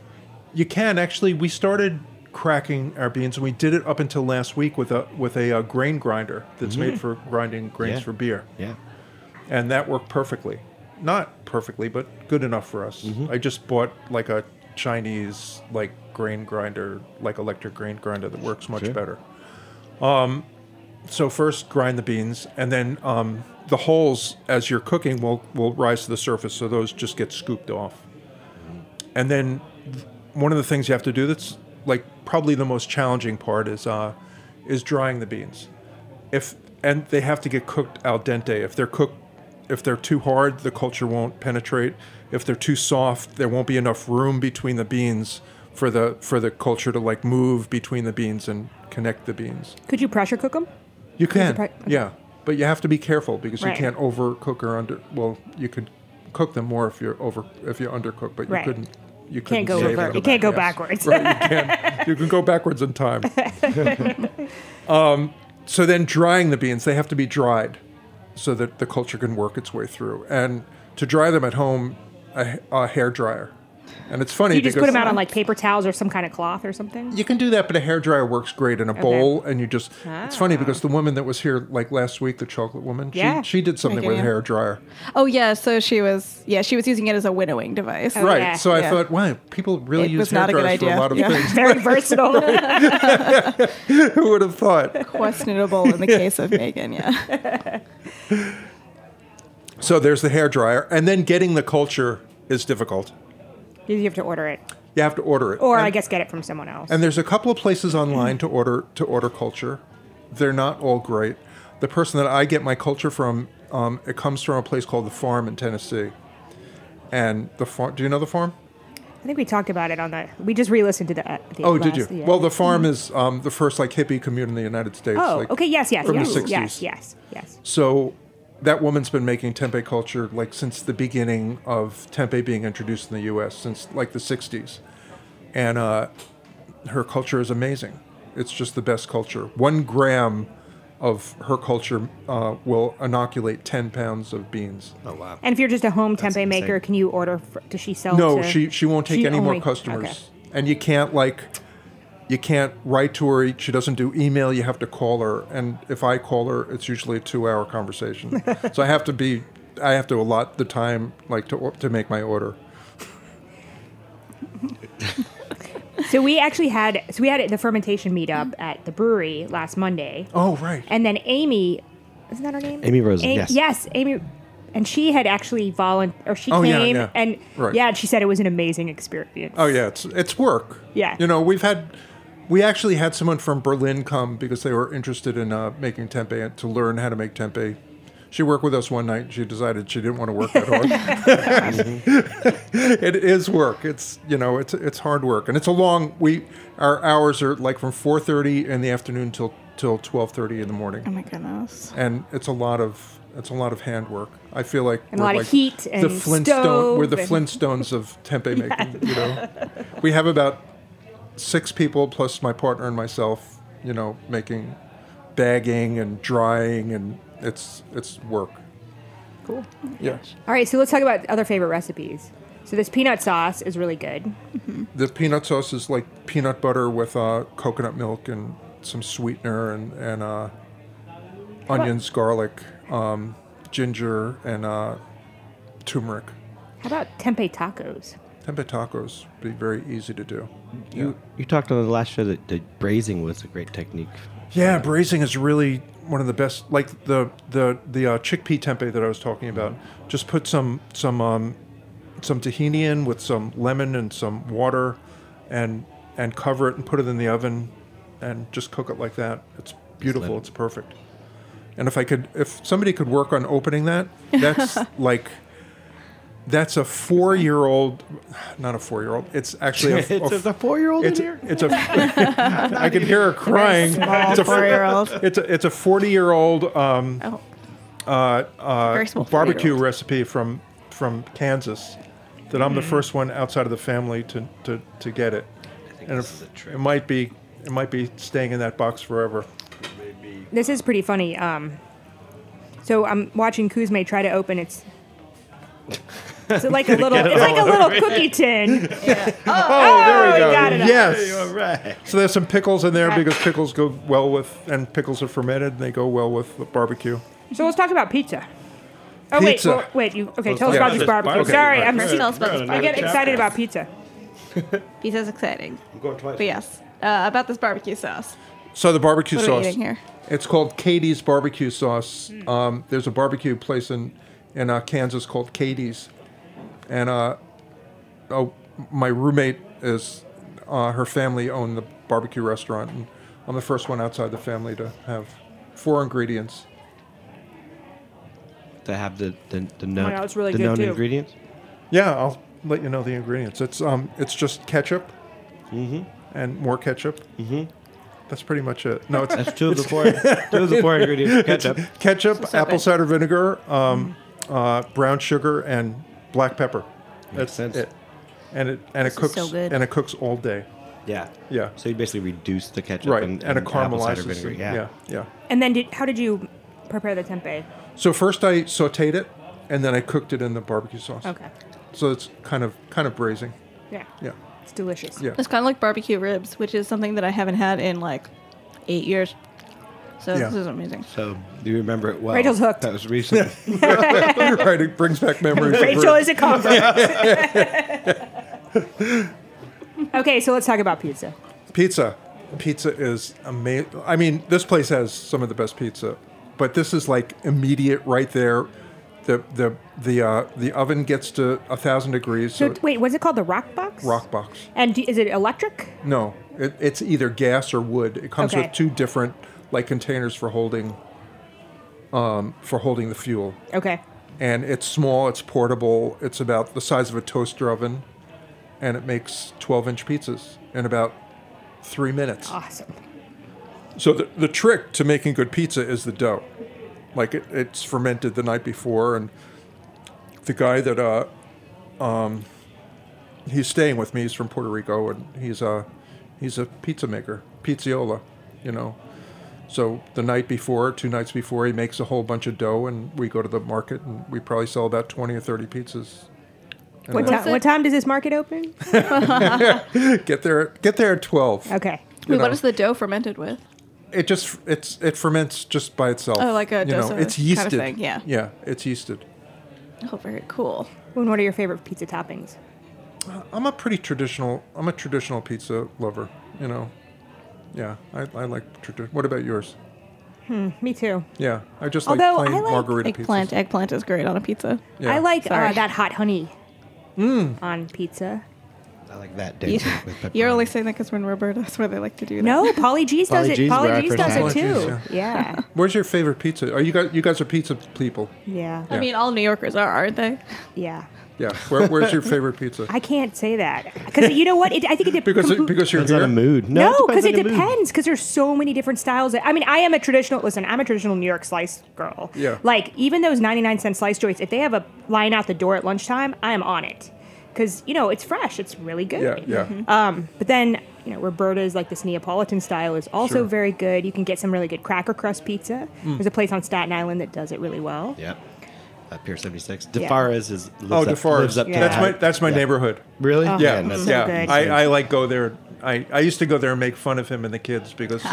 [SPEAKER 6] You can actually. We started cracking our beans, and we did it up until last week with a with a uh, grain grinder that's made for grinding grains
[SPEAKER 3] Yeah.
[SPEAKER 6] for beer,
[SPEAKER 3] Yeah.
[SPEAKER 6] and that worked perfectly. Not perfectly, but good enough for us. I just bought like a Chinese like grain grinder, like electric grain grinder that works much
[SPEAKER 3] Sure.
[SPEAKER 6] better. Um, so first grind the beans, and then um, the holes as you're cooking will will rise to the surface, so those just get scooped off. And then th- one of the things you have to do that's like probably the most challenging part is uh, is drying the beans. If and they have to get cooked al dente. If they're cooked, if they're too hard, the culture won't penetrate. If they're too soft, there won't be enough room between the beans for the for the culture to like move between the beans and connect the beans.
[SPEAKER 4] Could you pressure cook them?
[SPEAKER 6] You can,
[SPEAKER 4] pri- okay.
[SPEAKER 6] yeah, but you have to be careful because
[SPEAKER 4] Right.
[SPEAKER 6] you can't overcook or under. Well, you could cook them more if you're over if you undercook, but you
[SPEAKER 4] Right.
[SPEAKER 6] couldn't. You
[SPEAKER 4] Can't
[SPEAKER 6] couldn't
[SPEAKER 4] go
[SPEAKER 6] save
[SPEAKER 4] revert.
[SPEAKER 6] them.
[SPEAKER 4] You can't go
[SPEAKER 6] Yes.
[SPEAKER 4] backwards.
[SPEAKER 6] Right, you can. You can go backwards in time. um, so then drying the beans, they have to be dried so that the culture can work its way through. And to dry them at home, a, a hair dryer. And it's funny
[SPEAKER 4] you just
[SPEAKER 6] because
[SPEAKER 4] put them out on like paper towels or some kind of cloth or something.
[SPEAKER 6] you can do that, but a hair dryer works great in a bowl, and you just. It's funny because the woman that was here like last week, the chocolate woman,
[SPEAKER 4] Ah. Yeah.
[SPEAKER 6] she, she did something
[SPEAKER 5] Making
[SPEAKER 6] with a
[SPEAKER 5] you-
[SPEAKER 6] hair dryer.
[SPEAKER 5] Oh yeah, so she was yeah she was using it as a winnowing device.
[SPEAKER 4] Oh,
[SPEAKER 6] right.
[SPEAKER 4] yeah.
[SPEAKER 6] So I
[SPEAKER 5] Yeah.
[SPEAKER 6] thought, wow, people really
[SPEAKER 5] It
[SPEAKER 6] use
[SPEAKER 5] was
[SPEAKER 6] hair
[SPEAKER 5] not a good
[SPEAKER 6] dryers for a
[SPEAKER 5] idea.
[SPEAKER 6] lot of
[SPEAKER 5] Yeah.
[SPEAKER 6] things. [LAUGHS]
[SPEAKER 4] Very versatile.
[SPEAKER 6] Who would have thought?
[SPEAKER 5] Questionable in [LAUGHS] the case of Megan. [LAUGHS] Yeah.
[SPEAKER 6] So there's the hair dryer, and then getting the culture is difficult.
[SPEAKER 4] [LAUGHS] you have to order it,
[SPEAKER 6] You have to order it,
[SPEAKER 4] or
[SPEAKER 6] and,
[SPEAKER 4] I guess get it from someone else.
[SPEAKER 6] And there's a couple of places online to order to order culture. They're not all great. The person that I get my culture from, um, it comes from a place called the Farm in Tennessee. And the farm, do you know the farm?
[SPEAKER 4] I think we talked about it on the. We just re-listened to the. Uh, the
[SPEAKER 6] Oh, did you?
[SPEAKER 4] last- yeah.
[SPEAKER 6] Well, the farm is um, the first like hippie community in the United States.
[SPEAKER 4] oh,
[SPEAKER 6] like,
[SPEAKER 4] okay. Yes, yes,
[SPEAKER 6] from the
[SPEAKER 4] yes,
[SPEAKER 6] 60s.
[SPEAKER 4] yes, yes, yes.
[SPEAKER 6] So that woman's been making tempeh culture like since the beginning of tempeh being introduced in the U.S. since like the '60s, and uh, her culture is amazing. It's just the best culture. One gram of her culture uh, will inoculate ten pounds of beans.
[SPEAKER 3] Oh wow.
[SPEAKER 4] And if you're just a home tempeh
[SPEAKER 3] insane.
[SPEAKER 4] maker, can you order? For, does she sell? to-
[SPEAKER 6] No, she she won't take
[SPEAKER 4] she
[SPEAKER 6] any
[SPEAKER 4] only-
[SPEAKER 6] more customers,
[SPEAKER 4] okay.
[SPEAKER 6] and you can't like. You can't write to her. She doesn't do email. You have to call her, and if I call her, it's usually a two-hour
[SPEAKER 4] [LAUGHS]
[SPEAKER 6] conversation. so I have to be, I have to allot the time like to or- to make my order.
[SPEAKER 4] So we actually had so we had the fermentation meetup at the brewery last Monday,
[SPEAKER 6] Oh right,
[SPEAKER 4] and then Amy, isn't that her name?
[SPEAKER 3] Amy Rosen,
[SPEAKER 4] Amy-
[SPEAKER 3] yes.
[SPEAKER 4] Amy, and she had actually volunteered, or she
[SPEAKER 6] Oh, yeah,
[SPEAKER 4] came
[SPEAKER 6] yeah.
[SPEAKER 4] and
[SPEAKER 6] Right.
[SPEAKER 4] yeah, and she said it was an amazing experience.
[SPEAKER 6] Oh yeah, it's it's work.
[SPEAKER 4] Yeah.
[SPEAKER 6] You know, we've had we actually had someone from Berlin come because they were interested in uh, making tempeh and to learn how to make tempeh She worked with us one night. And she decided she didn't want to work that hard. [LAUGHS] it is work. It's you know it's it's hard work, and it's a long. We our hours are like from four thirty in the afternoon till till twelve thirty in the morning
[SPEAKER 5] Oh my [LAUGHS] goodness.
[SPEAKER 6] and it's a lot of it's a lot of handwork. I feel like
[SPEAKER 4] And a
[SPEAKER 6] we're
[SPEAKER 4] lot of
[SPEAKER 6] like
[SPEAKER 4] heat and
[SPEAKER 6] the Flintstone. We're the
[SPEAKER 4] stove and-
[SPEAKER 6] Flintstones of
[SPEAKER 4] [LAUGHS]
[SPEAKER 6] tempeh making. You know, we have about six people plus my partner and myself. You know, making bagging and drying, and it's it's work.
[SPEAKER 4] Cool.
[SPEAKER 6] Yeah,
[SPEAKER 4] All right, so let's talk about other favorite recipes. So this peanut sauce is really good.
[SPEAKER 6] the peanut sauce is like peanut butter with uh, coconut milk and some sweetener and and uh, onions, garlic, um, ginger, and uh, turmeric.
[SPEAKER 4] How about tempeh tacos?
[SPEAKER 6] Tempeh tacos be very easy to do.
[SPEAKER 3] You you talked on the last show that, that braising was a great technique.
[SPEAKER 6] Yeah, braising is really one of the best. Like the the the uh, chickpea tempeh that I was talking about. Just put some some um, some tahini in with some lemon and some water, and and cover it and put it in the oven, and just cook it like that. It's beautiful. It's perfect. And if I could, if somebody could work on opening that,
[SPEAKER 3] [LAUGHS]
[SPEAKER 6] that's like. That's a four-year-old, not a four-year-old. It's actually a,
[SPEAKER 3] [LAUGHS] it's, [LAUGHS] it's a four year old in
[SPEAKER 6] it's
[SPEAKER 3] Oh, here.
[SPEAKER 6] a, it's a [LAUGHS] I can hear her crying. It's a
[SPEAKER 5] four-year-old. [LAUGHS]
[SPEAKER 6] It's a it's a forty year old um,
[SPEAKER 5] Oh,
[SPEAKER 6] uh, uh,
[SPEAKER 5] Very small
[SPEAKER 6] barbecue
[SPEAKER 5] four-year-old.
[SPEAKER 6] recipe from from Kansas that I'm the first one outside of the family to to, to get it. And if, it might be it might be staying in that box forever.
[SPEAKER 4] This is pretty funny. Um, so I'm watching Kuzme try to open its. It's like
[SPEAKER 6] [LAUGHS]
[SPEAKER 4] a little. It's like a little cookie tin. [LAUGHS]
[SPEAKER 6] Oh, there we
[SPEAKER 4] we
[SPEAKER 6] go.
[SPEAKER 4] got it.
[SPEAKER 6] yes. So there's some pickles in there because pickles go well with and pickles are fermented and they go well with barbecue.
[SPEAKER 4] So let's talk about pizza. Oh
[SPEAKER 6] Pizza.
[SPEAKER 4] wait, well, wait. You okay? Tell us
[SPEAKER 6] Yeah.
[SPEAKER 4] about this barbecue.
[SPEAKER 6] Okay,
[SPEAKER 4] Sorry,
[SPEAKER 6] right.
[SPEAKER 4] I'm.
[SPEAKER 5] Mercy tells about this
[SPEAKER 4] I get
[SPEAKER 5] barbecue.
[SPEAKER 4] excited about pizza.
[SPEAKER 5] Pizza's exciting. But yes, uh, about this barbecue sauce.
[SPEAKER 6] So the barbecue
[SPEAKER 5] What are we
[SPEAKER 6] sauce.
[SPEAKER 5] eating here? Hmm.
[SPEAKER 6] It's called Katie's Barbecue Sauce. Um, there's a barbecue place in in uh, Kansas called Katie's, and uh, oh, my roommate is uh, her family owned the barbecue restaurant, and I'm the first one outside the family to have four ingredients.
[SPEAKER 3] To have the the, the known,
[SPEAKER 4] Oh God, it's really
[SPEAKER 3] the
[SPEAKER 4] good
[SPEAKER 3] known
[SPEAKER 4] too.
[SPEAKER 3] ingredients.
[SPEAKER 6] Yeah, I'll let you know the ingredients. It's um, it's just ketchup, and more ketchup. Mm-hmm. That's pretty much it.
[SPEAKER 3] [LAUGHS]
[SPEAKER 6] No, it's
[SPEAKER 3] That's two of the four. two of the four [LAUGHS] ingredients. Ketchup.
[SPEAKER 6] [LAUGHS] ketchup, apple cider vinegar, um, uh, brown sugar, and black pepper. That's
[SPEAKER 3] sense.
[SPEAKER 6] it. And it and it
[SPEAKER 5] is
[SPEAKER 6] cooks
[SPEAKER 5] so good.
[SPEAKER 6] and it cooks all day.
[SPEAKER 3] Yeah.
[SPEAKER 6] Yeah.
[SPEAKER 3] So you basically reduce the ketchup
[SPEAKER 6] right.
[SPEAKER 3] and,
[SPEAKER 6] And, it
[SPEAKER 3] apple cider
[SPEAKER 6] caramelizes.
[SPEAKER 3] vinegar.
[SPEAKER 6] and-
[SPEAKER 3] yeah.
[SPEAKER 6] yeah. Yeah.
[SPEAKER 4] And then, did, how did you prepare the tempeh?
[SPEAKER 6] So first I sauteed it, and then I cooked it in the barbecue sauce.
[SPEAKER 4] Okay.
[SPEAKER 6] So it's kind of kind of braising.
[SPEAKER 4] Yeah.
[SPEAKER 5] [LAUGHS]
[SPEAKER 6] Yeah. [LAUGHS]
[SPEAKER 4] It's delicious.
[SPEAKER 6] Yeah.
[SPEAKER 5] It's kind of like barbecue ribs, which is something that I haven't had in like eight years. So
[SPEAKER 6] Yeah.
[SPEAKER 5] this is amazing.
[SPEAKER 3] So you remember it well.
[SPEAKER 4] Rachel's hooked.
[SPEAKER 3] That was
[SPEAKER 4] [LAUGHS]
[SPEAKER 3] recent.
[SPEAKER 6] You're right. It brings back memories. of
[SPEAKER 4] Rachel
[SPEAKER 6] her-
[SPEAKER 4] is a convert. okay, so let's talk about pizza.
[SPEAKER 6] Pizza. Pizza is amazing. I mean, this place has some of the best pizza, but this is like immediate right there. The the the uh, the oven gets to a thousand degrees. So,
[SPEAKER 4] So wait, was it called the rock box?
[SPEAKER 6] rock box.
[SPEAKER 4] And do, is it electric?
[SPEAKER 6] No, it, it's either gas or wood. It comes
[SPEAKER 4] Okay.
[SPEAKER 6] with two different like containers for holding um, for holding the fuel.
[SPEAKER 4] Okay.
[SPEAKER 6] And it's small. It's portable. It's about the size of a toaster oven, and it makes twelve inch pizzas in about three minutes.
[SPEAKER 4] Awesome.
[SPEAKER 6] So the, the trick to making good pizza is the dough. Like it, it's fermented the night before, and the guy that uh, um, he's staying with me. He's from Puerto Rico, and he's a he's a pizza maker, pizziola, you know. So the night before, two nights before, he makes a whole bunch of dough, and we go to the market, and we probably sell about twenty or thirty pizzas. [LAUGHS] And
[SPEAKER 4] What,
[SPEAKER 6] then
[SPEAKER 4] ti- what time does this market open?
[SPEAKER 6] get there, get there at twelve.
[SPEAKER 4] Okay.
[SPEAKER 5] Wait,
[SPEAKER 6] know.
[SPEAKER 5] what is the dough fermented with?
[SPEAKER 6] it just it's it ferments just by itself.
[SPEAKER 5] Oh, like a
[SPEAKER 6] you know,
[SPEAKER 5] dosa
[SPEAKER 6] it's
[SPEAKER 5] kind of
[SPEAKER 6] yeasted.
[SPEAKER 5] thing, yeah.
[SPEAKER 6] yeah, it's yeasted.
[SPEAKER 5] Oh, very cool.
[SPEAKER 4] And what are your favorite pizza toppings?
[SPEAKER 6] I'm a pretty traditional. I'm a traditional pizza lover. You know, yeah, I, I like tradition. What about yours?
[SPEAKER 4] Me too.
[SPEAKER 6] Yeah, I just
[SPEAKER 5] Although
[SPEAKER 6] like
[SPEAKER 5] I
[SPEAKER 6] plain
[SPEAKER 5] like
[SPEAKER 6] margarita
[SPEAKER 5] eggplant.
[SPEAKER 6] pizzas.
[SPEAKER 5] Eggplant is great on a pizza.
[SPEAKER 6] Yeah.
[SPEAKER 4] I like uh,
[SPEAKER 5] Sorry.
[SPEAKER 4] that hot honey on pizza.
[SPEAKER 3] I like that
[SPEAKER 5] You,
[SPEAKER 3] dish with pepperoni.
[SPEAKER 5] you're only saying that because we're in Roberta. [LAUGHS] That's where they like to do that.
[SPEAKER 4] No, Polly G's does
[SPEAKER 3] Polly
[SPEAKER 4] it.
[SPEAKER 3] G's where I
[SPEAKER 4] Polly G's
[SPEAKER 3] first
[SPEAKER 4] does it
[SPEAKER 6] met her.
[SPEAKER 4] too. Yeah.
[SPEAKER 6] Where's your favorite pizza? Are you guys you guys are pizza people?
[SPEAKER 4] Yeah.
[SPEAKER 5] I
[SPEAKER 6] Yeah.
[SPEAKER 5] mean, all New Yorkers are, aren't they?
[SPEAKER 4] Yeah.
[SPEAKER 6] Yeah. Where,
[SPEAKER 5] [LAUGHS]
[SPEAKER 6] where's your favorite pizza?
[SPEAKER 4] I can't say that because you know what? It, I think it depends.
[SPEAKER 6] Because it, because you're
[SPEAKER 3] Depends on
[SPEAKER 6] here.
[SPEAKER 3] a mood.
[SPEAKER 4] No,
[SPEAKER 3] depends
[SPEAKER 4] because it
[SPEAKER 3] on the mood.
[SPEAKER 4] depends. Because there's so many different styles. I mean, I am a traditional. Listen, I'm a traditional New York slice girl.
[SPEAKER 6] Yeah.
[SPEAKER 4] Like even those 99 cent slice joints, if they have a line out the door at lunchtime, I am on it. Because you know it's fresh. It's really good.
[SPEAKER 6] Yeah, yeah.
[SPEAKER 4] Um, but then you know Roberta's like this Neapolitan style is also
[SPEAKER 6] Sure. Mm.
[SPEAKER 4] very good. You can get some really good cracker crust pizza. There's a place on Staten Island that does it really well.
[SPEAKER 3] Yep. Uh, Pier 76. DeFares is lives
[SPEAKER 6] Oh,
[SPEAKER 3] up,
[SPEAKER 6] DeForest.
[SPEAKER 3] lives up to
[SPEAKER 6] That's
[SPEAKER 3] that.
[SPEAKER 6] my that's my neighborhood.
[SPEAKER 3] Really?
[SPEAKER 6] Yeah,
[SPEAKER 3] that's-
[SPEAKER 4] Oh, so
[SPEAKER 6] yeah.
[SPEAKER 4] good.
[SPEAKER 6] I, I like go there. I, I used to go there and make fun of him and the
[SPEAKER 5] [LAUGHS]
[SPEAKER 6] kids because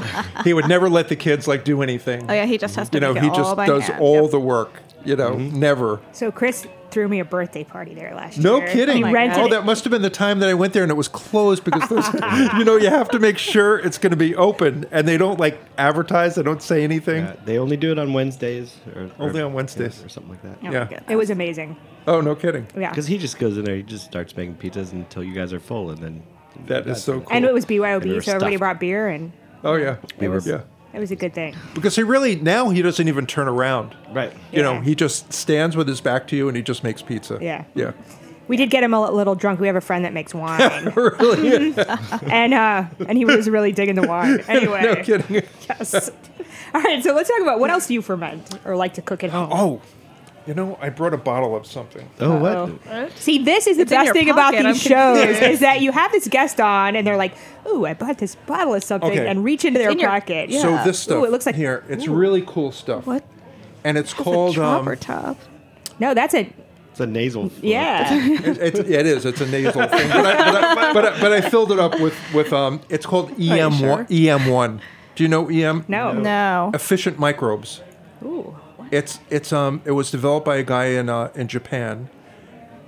[SPEAKER 6] he would never let the kids like do anything.
[SPEAKER 5] Oh yeah, he just has to.
[SPEAKER 6] you know,
[SPEAKER 5] make
[SPEAKER 6] he
[SPEAKER 5] it all
[SPEAKER 6] just
[SPEAKER 5] by
[SPEAKER 6] does
[SPEAKER 5] hand.
[SPEAKER 6] all
[SPEAKER 5] Yep.
[SPEAKER 6] the work. You know,
[SPEAKER 3] Mm-hmm.
[SPEAKER 6] never.
[SPEAKER 4] So Chris threw me a birthday party there last
[SPEAKER 6] No
[SPEAKER 4] year.
[SPEAKER 6] kidding.
[SPEAKER 4] He
[SPEAKER 5] my
[SPEAKER 4] rented.
[SPEAKER 5] God.
[SPEAKER 6] oh, that must have been the time that I went there and it was
[SPEAKER 4] [LAUGHS]
[SPEAKER 6] closed because those, you know you have to make sure it's going to be open and they don't like advertise. They don't say anything.
[SPEAKER 3] Yeah, they only do it on Wednesdays. Or, or-
[SPEAKER 6] Only on
[SPEAKER 3] yeah,
[SPEAKER 6] Wednesdays.
[SPEAKER 3] Or something like that.
[SPEAKER 5] Oh,
[SPEAKER 6] Yeah.
[SPEAKER 5] goodness.
[SPEAKER 4] it was amazing.
[SPEAKER 6] Oh, no kidding.
[SPEAKER 4] Yeah.
[SPEAKER 3] Because he just goes in there, he just starts making pizzas until you guys are full, and then
[SPEAKER 6] That is so cool.
[SPEAKER 4] And it was
[SPEAKER 3] And we were
[SPEAKER 4] BYOB, so everybody
[SPEAKER 3] stuffed.
[SPEAKER 4] brought beer, and
[SPEAKER 6] Oh yeah,
[SPEAKER 3] We were-
[SPEAKER 6] yeah.
[SPEAKER 4] it was a good thing.
[SPEAKER 6] Because he really now he doesn't even turn around.
[SPEAKER 3] right.
[SPEAKER 6] You know,
[SPEAKER 4] Yeah.
[SPEAKER 6] he just stands with his back to you and he just makes pizza.
[SPEAKER 4] Yeah.
[SPEAKER 6] Yeah. [LAUGHS]
[SPEAKER 4] We did get him a little drunk. We have a friend that makes wine, and uh, and he was really digging the wine. [LAUGHS] Anyway,
[SPEAKER 6] [LAUGHS] no kidding.
[SPEAKER 4] yes. All right, so let's talk about what else do you ferment or like to cook at home.
[SPEAKER 6] Oh, you know, I brought a bottle of something.
[SPEAKER 3] Oh,
[SPEAKER 4] Uh-oh.
[SPEAKER 3] what?
[SPEAKER 4] See, this is the
[SPEAKER 5] in
[SPEAKER 4] best
[SPEAKER 5] your
[SPEAKER 4] thing about
[SPEAKER 5] pocket, I'm
[SPEAKER 4] these shows
[SPEAKER 5] confused.
[SPEAKER 4] is that you have this guest on, and they're like, "Ooh, I bought this bottle of something,"
[SPEAKER 6] Okay.
[SPEAKER 4] and reach into their
[SPEAKER 5] in your-
[SPEAKER 4] pocket.
[SPEAKER 5] Yeah.
[SPEAKER 6] So this stuff
[SPEAKER 4] Ooh, it looks like
[SPEAKER 6] here, it's really cool stuff.
[SPEAKER 5] What?
[SPEAKER 6] And it's
[SPEAKER 5] It's a
[SPEAKER 6] called um,
[SPEAKER 5] chopper top.
[SPEAKER 4] No, that's a
[SPEAKER 6] Oh.
[SPEAKER 3] It's a nasal. flu.
[SPEAKER 5] [LAUGHS]
[SPEAKER 4] yeah.
[SPEAKER 6] it, it's, yeah, it is. It's a nasal thing, but I, but, I, but, I, but I filled it up with with um. It's called EM one. EM one. Do you know EM?
[SPEAKER 4] No.
[SPEAKER 5] No.
[SPEAKER 6] Efficient microbes.
[SPEAKER 4] Ooh.
[SPEAKER 6] It's it's um it was developed by a guy in uh, in Japan,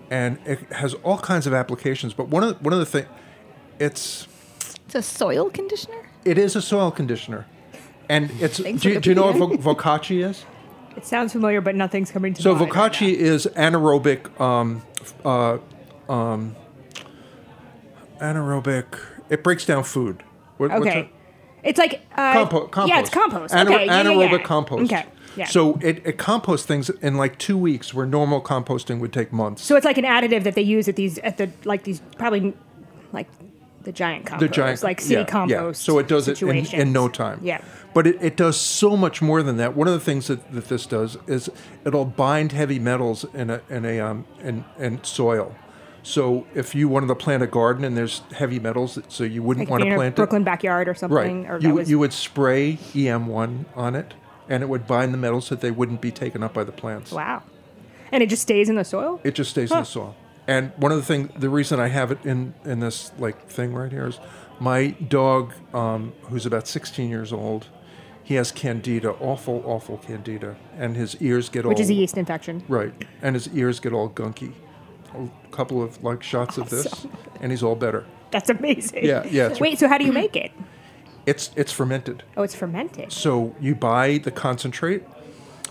[SPEAKER 6] and it has all kinds of applications. But one of the, one of the thing, it's
[SPEAKER 5] It's a soil conditioner.
[SPEAKER 6] it is a soil conditioner, and it's
[SPEAKER 5] Thanks
[SPEAKER 6] do, you-
[SPEAKER 5] for
[SPEAKER 6] do you know what
[SPEAKER 5] the
[SPEAKER 6] vo- Vocaci is?
[SPEAKER 4] It sounds familiar, but nothing's coming to
[SPEAKER 6] So
[SPEAKER 4] mind.
[SPEAKER 6] Vocaci is anaerobic um f- uh um anaerobic. It breaks down food. What- what's
[SPEAKER 4] Okay.
[SPEAKER 6] it?
[SPEAKER 4] It's like uh,
[SPEAKER 6] Compo- compost.
[SPEAKER 4] Yeah, it's compost.
[SPEAKER 6] Ana-
[SPEAKER 4] okay, yeah, yeah,
[SPEAKER 6] anaerobic
[SPEAKER 4] yeah.
[SPEAKER 6] compost.
[SPEAKER 4] Okay. Yeah.
[SPEAKER 6] So it, it composts things in like two weeks, where normal composting would take months.
[SPEAKER 4] so it's like an additive that they use at these at the like these probably like the giant compost,
[SPEAKER 6] the giant
[SPEAKER 4] like city
[SPEAKER 6] yeah,
[SPEAKER 4] compost.
[SPEAKER 6] Yeah. So it does it in,
[SPEAKER 4] situations.
[SPEAKER 6] in no time.
[SPEAKER 4] Yeah.
[SPEAKER 6] But it, it does so much more than that. One of the things that, that this does is it'll bind heavy metals in a in a um in, in soil. So if you wanted to plant a garden and there's heavy metals, that, so you wouldn't
[SPEAKER 4] Like
[SPEAKER 6] want
[SPEAKER 4] if
[SPEAKER 6] to
[SPEAKER 4] you're in a
[SPEAKER 6] plant
[SPEAKER 4] Brooklyn
[SPEAKER 6] it.
[SPEAKER 4] backyard or something.
[SPEAKER 6] Right.
[SPEAKER 4] Or
[SPEAKER 6] you
[SPEAKER 4] that
[SPEAKER 6] would-
[SPEAKER 4] was,
[SPEAKER 6] you would spray EM1 on it, and it would bind the metals so they wouldn't be taken up by the plants
[SPEAKER 4] wow. And it just stays in the soil.
[SPEAKER 6] it just stays in the soil. And one of the things, the reason I have it in in this like thing right here is my dog, um, who's about 16 years old, he has candida, awful, awful candida, and his ears get all
[SPEAKER 4] which is a yeast infection.
[SPEAKER 6] right, and his ears get all gunky. A couple of like shots of this,
[SPEAKER 4] Awesome.
[SPEAKER 6] and he's all better.
[SPEAKER 4] That's amazing.
[SPEAKER 6] Yeah, yeah, it's-
[SPEAKER 4] Wait, so how do you make it?
[SPEAKER 6] It's it's fermented.
[SPEAKER 4] Oh, it's fermented.
[SPEAKER 6] So you buy the concentrate,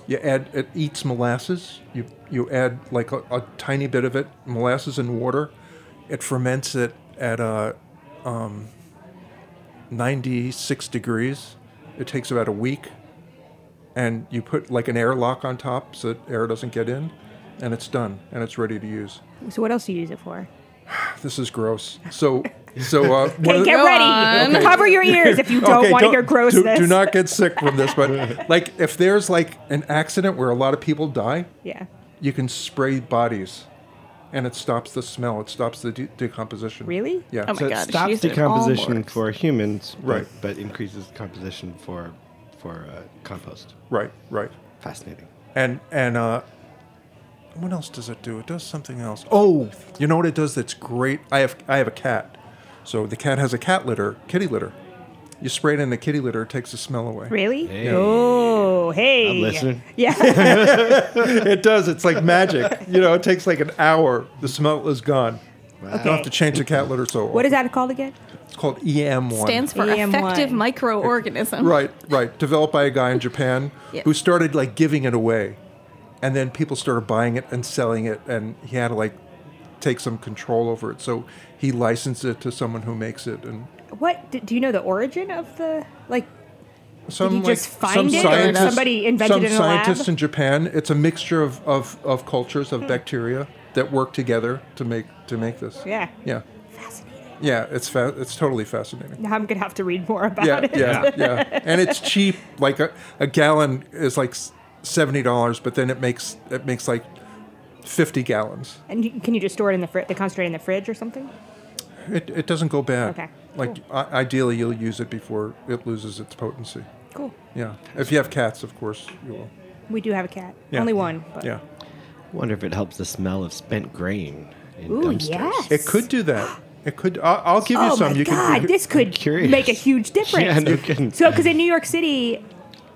[SPEAKER 6] you add it eats molasses. You you add like a, a tiny bit of it, molasses and water. It ferments it at uh, um, 96 degrees. It takes about a week, and you put like an airlock on top so that air doesn't get in, and it's done and it's ready to use.
[SPEAKER 4] So what else do you use it for?
[SPEAKER 6] This is gross. So so uh, one
[SPEAKER 4] Okay,
[SPEAKER 6] of the-
[SPEAKER 4] get ready.
[SPEAKER 5] on.
[SPEAKER 6] Okay.
[SPEAKER 4] Cover your ears if you don't
[SPEAKER 6] Okay,
[SPEAKER 4] want to hear
[SPEAKER 6] do-
[SPEAKER 4] grossness.
[SPEAKER 6] Do, not get sick from this,
[SPEAKER 4] [LAUGHS]
[SPEAKER 6] but like if there's like an accident where a lot of people die,
[SPEAKER 4] Yeah.
[SPEAKER 6] you can spray bodies, and it stops the smell. It stops the de- decomposition.
[SPEAKER 4] Really?
[SPEAKER 6] Yeah.
[SPEAKER 5] Oh my
[SPEAKER 3] So
[SPEAKER 5] God,
[SPEAKER 3] it
[SPEAKER 5] she
[SPEAKER 3] stops
[SPEAKER 5] used it in all
[SPEAKER 3] decomposition
[SPEAKER 5] works.
[SPEAKER 3] for humans, but-
[SPEAKER 6] Right.
[SPEAKER 3] But, increases composition for for uh, compost.
[SPEAKER 6] Right. Right.
[SPEAKER 3] Fascinating.
[SPEAKER 6] And and uh, what else does it do? It does something else. Oh, you know what it does? That's great. I have I have a cat, so the cat has a cat litter, kitty litter. You spray it in the kitty litter, it takes the smell away.
[SPEAKER 4] Really? Oh, hey.
[SPEAKER 3] I'm listening.
[SPEAKER 4] Yeah. [LAUGHS]
[SPEAKER 6] It does. It's like magic. you know, it takes like an hour. The smell is gone. You don't have to change the cat litter so
[SPEAKER 4] what
[SPEAKER 6] often.
[SPEAKER 4] is that called again?
[SPEAKER 6] It's called EM1.
[SPEAKER 5] Stands for
[SPEAKER 4] EM1.
[SPEAKER 5] effective microorganism.
[SPEAKER 6] right, right. Developed by a guy in Japan
[SPEAKER 5] Yeah.
[SPEAKER 6] who started like giving it away, and then people started buying it and selling it, and he had like take some control over it. So he licensed it to someone who makes it, and
[SPEAKER 4] What do- do you know the origin of the like?
[SPEAKER 6] some
[SPEAKER 4] you
[SPEAKER 6] like,
[SPEAKER 4] just find
[SPEAKER 6] some
[SPEAKER 4] it, or
[SPEAKER 6] scientist-
[SPEAKER 4] somebody invented
[SPEAKER 6] some
[SPEAKER 4] it in a lab?
[SPEAKER 6] scientists in Japan. It's a mixture of, of, of cultures
[SPEAKER 4] Hmm.
[SPEAKER 6] of bacteria that work together to make to make this.
[SPEAKER 4] Yeah.
[SPEAKER 6] Yeah.
[SPEAKER 4] Fascinating.
[SPEAKER 6] Yeah, it's fa- it's totally fascinating.
[SPEAKER 4] Now I'm gonna have to read more about
[SPEAKER 6] Yeah,
[SPEAKER 4] it.
[SPEAKER 6] yeah, yeah. And it's cheap. Like a, a gallon is like s- seventy dollars, but then it makes it makes like fifty gallons.
[SPEAKER 4] [LAUGHS] And you, can you just store it in the fri- the concentrate in the fridge or something?
[SPEAKER 6] It, it doesn't go bad.
[SPEAKER 4] Okay,
[SPEAKER 6] Like I- ideally, you'll use it before it loses its potency.
[SPEAKER 4] Cool.
[SPEAKER 6] Yeah. If you have cats, of course you will.
[SPEAKER 4] We do have a cat.
[SPEAKER 6] Yeah.
[SPEAKER 4] Only one. But.
[SPEAKER 6] Yeah.
[SPEAKER 3] Wonder if it helps the smell of spent grain in
[SPEAKER 4] Ooh,
[SPEAKER 3] dumpsters.
[SPEAKER 4] yes.
[SPEAKER 6] It could do
[SPEAKER 4] [GASPS]
[SPEAKER 6] that. It could. I'll, I'll give you
[SPEAKER 4] Oh
[SPEAKER 6] some.
[SPEAKER 4] my
[SPEAKER 6] you
[SPEAKER 4] god,
[SPEAKER 6] can.
[SPEAKER 4] this could
[SPEAKER 3] curious.
[SPEAKER 4] make a huge difference.
[SPEAKER 3] Yeah, no kidding.
[SPEAKER 4] So, because in New York City,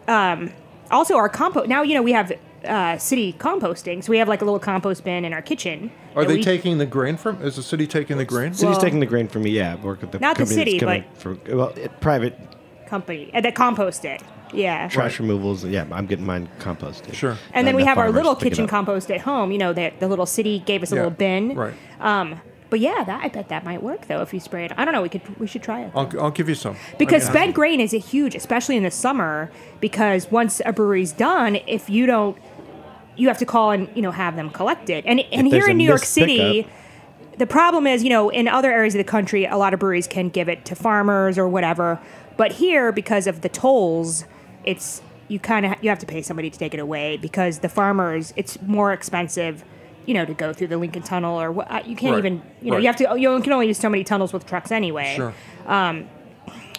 [SPEAKER 4] um, also our compost. Now you know we have uh, city composting, so we have like a little compost bin in our kitchen.
[SPEAKER 6] Are
[SPEAKER 4] that
[SPEAKER 6] they
[SPEAKER 4] we-
[SPEAKER 6] taking the grain from? Is the city taking the grain?
[SPEAKER 3] City's
[SPEAKER 4] Well-
[SPEAKER 3] taking the grain from me. Yeah, work with the
[SPEAKER 4] Not the
[SPEAKER 3] company that's
[SPEAKER 4] city,
[SPEAKER 3] coming from, well, it, private
[SPEAKER 4] company uh, that compost it? Yeah.
[SPEAKER 3] trash removals. Yeah, I'm getting mine composted.
[SPEAKER 6] Sure.
[SPEAKER 4] And then
[SPEAKER 3] Not
[SPEAKER 4] we
[SPEAKER 3] enough
[SPEAKER 4] have our
[SPEAKER 3] farmers
[SPEAKER 4] little
[SPEAKER 3] to pick it
[SPEAKER 4] kitchen
[SPEAKER 3] up.
[SPEAKER 4] compost at home. You know, that the little city gave us a
[SPEAKER 6] Yeah,
[SPEAKER 4] little bin.
[SPEAKER 6] right.
[SPEAKER 4] Um, but yeah, that I bet that might work though if you spray it. I don't know. We could we should try it.
[SPEAKER 6] I'll, I'll give you some.
[SPEAKER 4] Because
[SPEAKER 6] I mean,
[SPEAKER 4] spent grain is a huge, especially in the summer, because once a brewery's done, if you don't, you have to call and you know have them collected. And and
[SPEAKER 3] there's
[SPEAKER 4] here in
[SPEAKER 3] a
[SPEAKER 4] New York
[SPEAKER 3] missed
[SPEAKER 4] City,
[SPEAKER 3] pickup.
[SPEAKER 4] the problem is you know in other areas of the country, a lot of breweries can give it to farmers or whatever, but here because of the tolls, it's you kind of you have to pay somebody to take it away because the farmers it's more expensive. You know, to go through the Lincoln Tunnel, or what you can't
[SPEAKER 6] Right,
[SPEAKER 4] even. You know,
[SPEAKER 6] right.
[SPEAKER 4] you have to. You can only use so many tunnels with trucks anyway.
[SPEAKER 6] Sure.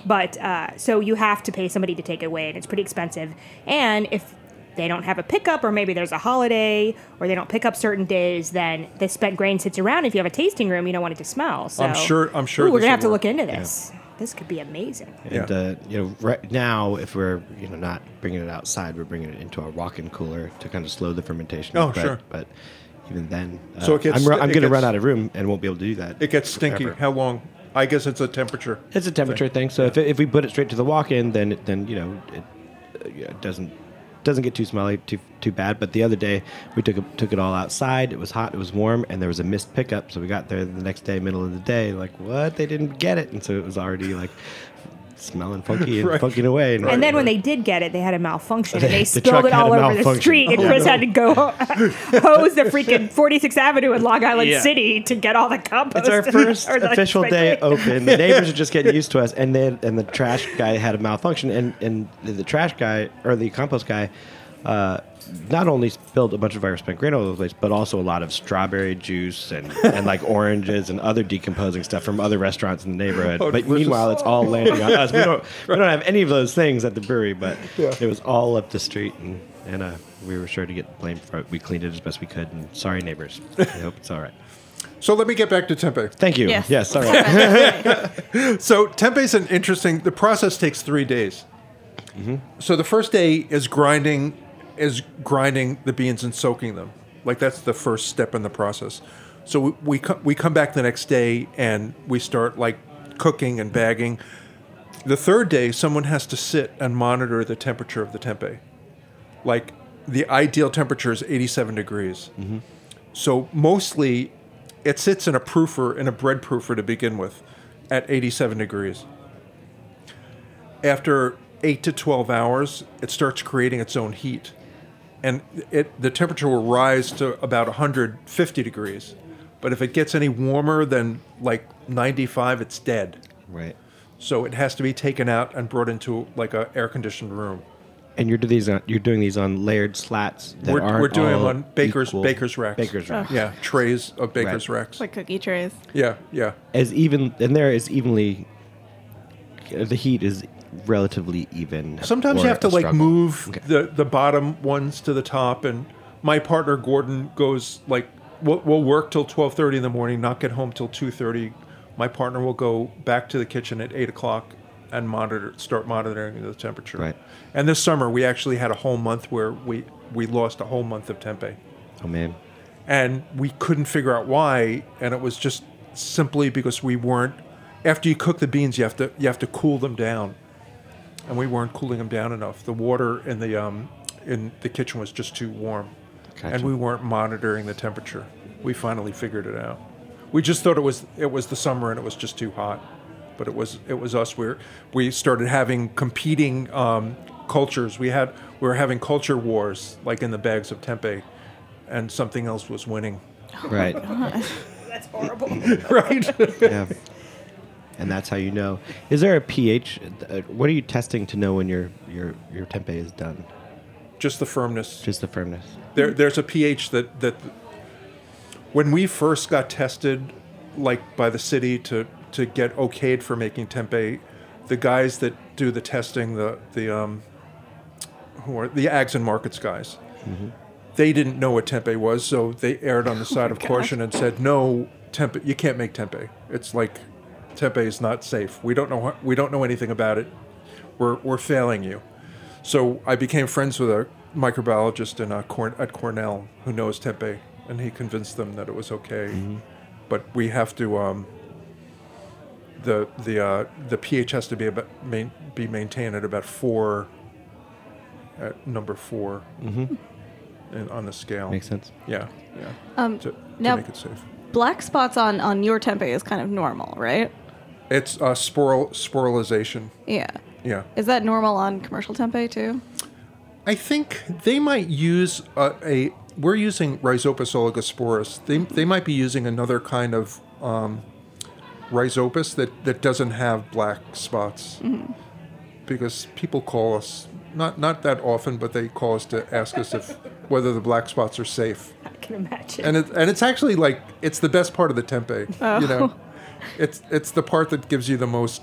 [SPEAKER 4] But uh, so you have to pay somebody to take it away, and it's pretty expensive. And if they don't have a pickup, or maybe there's a holiday, or they don't pick up certain days, then the spent grain sits around. If you have a tasting room, you don't want it to smell. So
[SPEAKER 6] I'm sure- I'm sure
[SPEAKER 4] Ooh, we're
[SPEAKER 6] this
[SPEAKER 4] gonna have to
[SPEAKER 6] will
[SPEAKER 4] look
[SPEAKER 6] work.
[SPEAKER 4] into this. This could be amazing.
[SPEAKER 3] And
[SPEAKER 6] Yeah.
[SPEAKER 3] uh, you know, right now, if we're you know not bringing it outside, we're bringing it into our walk-in cooler to kind of slow the fermentation.
[SPEAKER 6] Oh,
[SPEAKER 3] but,
[SPEAKER 6] sure.
[SPEAKER 3] But even then, uh,
[SPEAKER 6] So it gets-
[SPEAKER 3] I'm, ru- I'm
[SPEAKER 6] it
[SPEAKER 3] going to run
[SPEAKER 6] gets-
[SPEAKER 3] out of room and won't be able to do that.
[SPEAKER 6] It gets stinky.
[SPEAKER 3] forever.
[SPEAKER 6] How long? I guess it's a temperature.
[SPEAKER 3] It's a temperature thing. So if, if we put it straight to the walk-in, then it, then you know it, uh, yeah, it doesn't doesn't get too smelly too too bad. But the other day we took it, took it all outside. It was hot. It was warm, and there was a mist pickup. So we got there the next day, middle of the day. Like what? They didn't get it, and so it was already like smelling funky and
[SPEAKER 6] [LAUGHS] Right.
[SPEAKER 3] funking away.
[SPEAKER 4] And then when they did get it, they had a malfunction. and
[SPEAKER 3] They-
[SPEAKER 4] They
[SPEAKER 3] the
[SPEAKER 4] spilled
[SPEAKER 3] truck
[SPEAKER 4] it
[SPEAKER 3] had
[SPEAKER 4] all
[SPEAKER 3] a
[SPEAKER 4] over the
[SPEAKER 3] malfunction.
[SPEAKER 4] street, and
[SPEAKER 3] Oh,
[SPEAKER 4] Chris
[SPEAKER 3] no.
[SPEAKER 4] had
[SPEAKER 3] [LAUGHS]
[SPEAKER 4] to go hose the freaking 46th Avenue in Long Island
[SPEAKER 3] Yeah.
[SPEAKER 4] City to get all the compost. [LAUGHS]
[SPEAKER 3] It's our first
[SPEAKER 4] or the
[SPEAKER 3] official
[SPEAKER 4] spent
[SPEAKER 3] day
[SPEAKER 4] grain.
[SPEAKER 3] open. The neighbors are just getting used to us, and then and the trash guy had a malfunction, and and the, the trash guy or the compost guy, uh, not only spilled a bunch of our spent grain all over the place, but also a lot of strawberry juice and, and like oranges and other decomposing stuff from other restaurants in the neighborhood. but
[SPEAKER 6] delicious.
[SPEAKER 3] meanwhile, it's all landing on us. We don't we don't have any of those things at the brewery, but it was all up the street and. And uh, we were sure to get blamed for it. We cleaned it as best we could. And sorry, neighbors. I hope it's all right.
[SPEAKER 6] So let me get back to tempeh.
[SPEAKER 3] Thank you.
[SPEAKER 5] Yes.
[SPEAKER 3] yes all right.
[SPEAKER 5] [LAUGHS]
[SPEAKER 6] So tempeh's an interesting. The process takes three days. So the first day is grinding, is grinding the beans and soaking them. Like that's the first step in the process. So we we, co- we come back the next day and we start like cooking and bagging. The third day, someone has to sit and monitor the temperature of the tempeh. Like the ideal temperature is 87 degrees. So mostly it sits in a proofer, in a bread proofer to begin with, at 87 degrees. After 8 to 12 hours, it starts creating its own heat. And it, the temperature will rise to about 150 degrees. But if it gets any warmer than like 95, it's dead.
[SPEAKER 3] Right.
[SPEAKER 6] So it has to be taken out and brought into like a air conditioned room.
[SPEAKER 3] And you're do these on, you're doing these on layered slats that
[SPEAKER 6] We're,
[SPEAKER 3] aren't
[SPEAKER 6] we're doing them
[SPEAKER 3] all
[SPEAKER 6] on baker's
[SPEAKER 3] equal.
[SPEAKER 6] baker's racks.
[SPEAKER 3] Baker's racks.
[SPEAKER 6] Yeah, trays of baker's
[SPEAKER 3] Right.
[SPEAKER 6] racks.
[SPEAKER 5] like cookie trays.
[SPEAKER 6] yeah, yeah.
[SPEAKER 3] As even and there is evenly the heat is relatively even.
[SPEAKER 6] Sometimes
[SPEAKER 3] or
[SPEAKER 6] you have to
[SPEAKER 3] a
[SPEAKER 6] like
[SPEAKER 3] struggle.
[SPEAKER 6] move
[SPEAKER 3] Okay.
[SPEAKER 6] the the bottom ones to the top, and my partner Gordon goes like, "We'll, we'll work till twelve thirty in the morning, not get home till two thirty. My partner will go back to the kitchen at eight o'clock and monitor, start monitoring the temperature.
[SPEAKER 3] Right.
[SPEAKER 6] And this summer we actually had a whole month where we we lost a whole month of tempeh,
[SPEAKER 3] Oh man.
[SPEAKER 6] and we couldn't figure out why, and it was just simply because we weren't. After you cook the beans, you have to you have to cool them down and we weren't cooling them down enough. The water in the um, in the kitchen was just too warm,
[SPEAKER 3] Gotcha.
[SPEAKER 6] and we weren't monitoring the temperature. We finally figured it out. We just thought it was it was the summer and it was just too hot, but it was it was us. We are we started having competing um, cultures. We had we were having culture wars like in the bags of tempeh, and something else was winning. [LAUGHS]
[SPEAKER 3] Right.
[SPEAKER 4] That's horrible.
[SPEAKER 6] right. [LAUGHS]
[SPEAKER 3] yeah. And that's how you know. Is there a pH? uh, What are you testing to know when your your your tempeh is done?
[SPEAKER 6] just the firmness.
[SPEAKER 3] Just the firmness.
[SPEAKER 6] there, there's a pH that that when we first got tested, like by the city to to get okayed for making tempeh, the guys that do the testing, the the um, who are the ags and markets guys, they didn't know what tempeh was, so they erred on the side of caution and said, no, tempeh, you can't make tempeh. It's like tempeh is not safe. We don't know what- we don't know anything about it. We're we're failing you. So I became friends with a microbiologist in uh Corn- at Cornell who knows tempeh, and he convinced them that it was okay.
[SPEAKER 3] Mm-hmm.
[SPEAKER 6] But we have to um, the the uh, the pH has to be about main, be maintained at about four, at number 4 and on the scale.
[SPEAKER 3] Mm-hmm. Makes sense.
[SPEAKER 6] Yeah, yeah. Um, to, to
[SPEAKER 5] now-
[SPEAKER 6] make it safe,
[SPEAKER 5] Black spots on on your tempeh is kind of normal, right?
[SPEAKER 6] it's uh, sporal sporalization.
[SPEAKER 5] Yeah.
[SPEAKER 6] Yeah.
[SPEAKER 5] Is that normal on commercial tempeh too?
[SPEAKER 6] I think they might use a. a we're using Rhizopus oligosporus. They, they might be using another kind of um, Rhizopus that, that doesn't have black spots. Because people call us, not, not that often, but they call us to ask us if whether the black spots are safe.
[SPEAKER 4] I can imagine.
[SPEAKER 6] And, it, and it's actually like, it's the best part of the tempeh. You know, it's, it's the part that gives you the most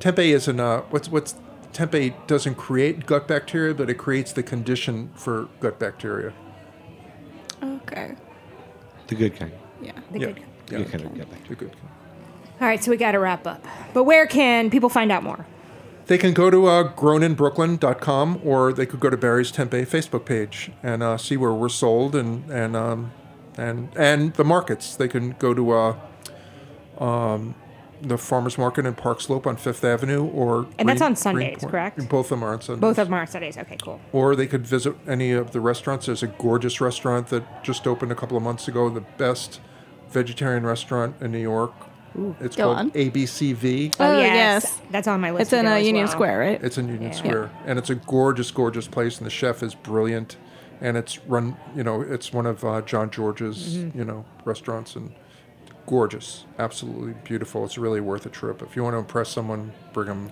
[SPEAKER 6] tempeh isn't uh what's what's tempeh doesn't create gut bacteria but it creates the condition for gut bacteria
[SPEAKER 5] Okay.
[SPEAKER 3] The good kind.
[SPEAKER 5] Yeah.
[SPEAKER 4] The
[SPEAKER 6] yeah
[SPEAKER 4] good-
[SPEAKER 6] yeah
[SPEAKER 3] Good kind of get back.
[SPEAKER 6] the good
[SPEAKER 4] All right, so we got to wrap up. But where can people find out more?
[SPEAKER 6] they can go to uh, groninbrooklyn.com or they could go to barry's tempeh facebook page and uh, see where we're sold and and um, and and the markets they can go to uh, um, the farmers market in park slope on fifth avenue or
[SPEAKER 4] And that's
[SPEAKER 6] Green-
[SPEAKER 4] on Sundays,
[SPEAKER 6] Greenpoint.
[SPEAKER 4] correct?
[SPEAKER 6] both of them are on sundays
[SPEAKER 4] Both of them are on Sundays. Okay, cool.
[SPEAKER 6] or they could visit any of the restaurants. There's a gorgeous restaurant that just opened a couple of months ago, the best vegetarian restaurant in New York. it's
[SPEAKER 5] Go
[SPEAKER 6] called
[SPEAKER 5] on.
[SPEAKER 6] ABCV.
[SPEAKER 5] Oh, yes.
[SPEAKER 4] That's on my list.
[SPEAKER 5] It's
[SPEAKER 4] to
[SPEAKER 5] in
[SPEAKER 4] go
[SPEAKER 5] uh,
[SPEAKER 4] as
[SPEAKER 5] Union
[SPEAKER 4] well.
[SPEAKER 5] Square, right?
[SPEAKER 6] It's in Union
[SPEAKER 4] Yeah.
[SPEAKER 6] Square, and it's a gorgeous, gorgeous place, and the chef is brilliant. And it's run, you know, it's one of uh, John George's,
[SPEAKER 4] Mm-hmm.
[SPEAKER 6] you know, restaurants, and gorgeous, absolutely beautiful. It's really worth a trip. If you want to impress someone,
[SPEAKER 4] [LAUGHS]
[SPEAKER 6] bring them,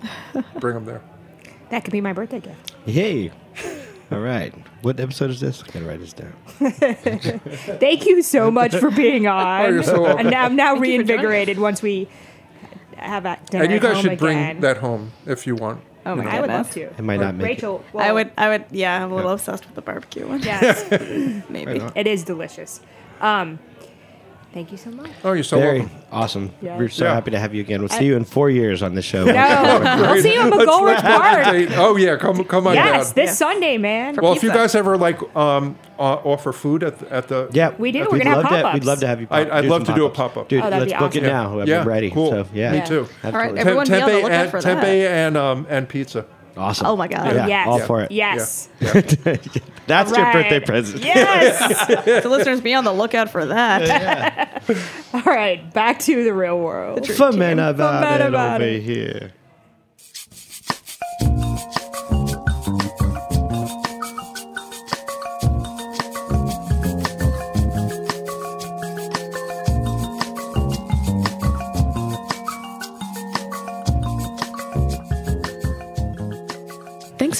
[SPEAKER 6] bring them there.
[SPEAKER 4] That could be my birthday gift.
[SPEAKER 3] Yay. [LAUGHS] All right. What episode is this? I gotta write this down.
[SPEAKER 4] Thank you so much for
[SPEAKER 6] [LAUGHS]
[SPEAKER 4] being on.
[SPEAKER 6] Oh, you're so welcome.
[SPEAKER 4] And now- I'm now
[SPEAKER 5] Thank you for joining
[SPEAKER 4] reinvigorated once we have that dinner
[SPEAKER 6] And you
[SPEAKER 4] at
[SPEAKER 6] guys
[SPEAKER 4] home
[SPEAKER 6] should
[SPEAKER 4] again.
[SPEAKER 6] bring that home if you want.
[SPEAKER 5] Oh my
[SPEAKER 4] I would love
[SPEAKER 5] goodness.
[SPEAKER 4] to.
[SPEAKER 3] It might
[SPEAKER 4] Or
[SPEAKER 3] not make it.
[SPEAKER 4] Rachel,
[SPEAKER 5] I
[SPEAKER 4] well,
[SPEAKER 5] would. I would. Yeah, I'm a little obsessed with the barbecue
[SPEAKER 4] [LAUGHS]
[SPEAKER 5] one.
[SPEAKER 4] Yes,
[SPEAKER 5] Maybe.
[SPEAKER 4] it is delicious. Um, thank you so
[SPEAKER 6] [LAUGHS]
[SPEAKER 4] much.
[SPEAKER 6] Oh, you're so
[SPEAKER 3] Very
[SPEAKER 6] welcome.
[SPEAKER 3] awesome.
[SPEAKER 4] Yeah.
[SPEAKER 3] We're so
[SPEAKER 6] Yeah.
[SPEAKER 3] happy to have you again. We'll see you in four years on this
[SPEAKER 6] Oh,
[SPEAKER 3] show.
[SPEAKER 4] No, I'll see you at McGulrich Park.
[SPEAKER 6] Date- Oh yeah, come come on
[SPEAKER 4] Yes,
[SPEAKER 6] down.
[SPEAKER 4] this Sunday, man.
[SPEAKER 6] Well, if you
[SPEAKER 5] pizza.
[SPEAKER 6] guys ever like um, uh, offer food at the, at the
[SPEAKER 3] [LAUGHS] Yeah,
[SPEAKER 4] We do.
[SPEAKER 3] We'd
[SPEAKER 4] We're gonna have
[SPEAKER 3] love to,
[SPEAKER 4] pop-ups.
[SPEAKER 3] We'd love to have you.
[SPEAKER 6] I'd- I'd
[SPEAKER 3] do
[SPEAKER 6] love
[SPEAKER 3] some
[SPEAKER 6] to do a
[SPEAKER 3] pop-ups.
[SPEAKER 6] pop-up.
[SPEAKER 3] Dude,
[SPEAKER 4] Oh, that'd
[SPEAKER 3] let's
[SPEAKER 4] be
[SPEAKER 3] book
[SPEAKER 4] awesome.
[SPEAKER 3] it now. Whoever
[SPEAKER 6] Yeah,
[SPEAKER 3] ready.
[SPEAKER 6] cool.
[SPEAKER 3] So, yeah.
[SPEAKER 6] me too.
[SPEAKER 5] All
[SPEAKER 3] Absolutely.
[SPEAKER 5] right,
[SPEAKER 6] Tem-
[SPEAKER 5] everyone, be on the
[SPEAKER 6] tempeh
[SPEAKER 5] lookout
[SPEAKER 6] and
[SPEAKER 5] for that.
[SPEAKER 6] tempeh and um and pizza.
[SPEAKER 3] Awesome.
[SPEAKER 5] Oh my god.
[SPEAKER 3] Yeah.
[SPEAKER 4] yes.
[SPEAKER 3] all for it.
[SPEAKER 4] Yes.
[SPEAKER 3] That's your
[SPEAKER 4] Right.
[SPEAKER 3] birthday present.
[SPEAKER 4] Yes.
[SPEAKER 6] [LAUGHS]
[SPEAKER 5] so listeners, be on the lookout for that.
[SPEAKER 4] All right, back to the real world.
[SPEAKER 3] Foaming about,
[SPEAKER 4] Foaming
[SPEAKER 3] it
[SPEAKER 4] about
[SPEAKER 3] over
[SPEAKER 4] it.
[SPEAKER 3] here.
[SPEAKER 2] Thanks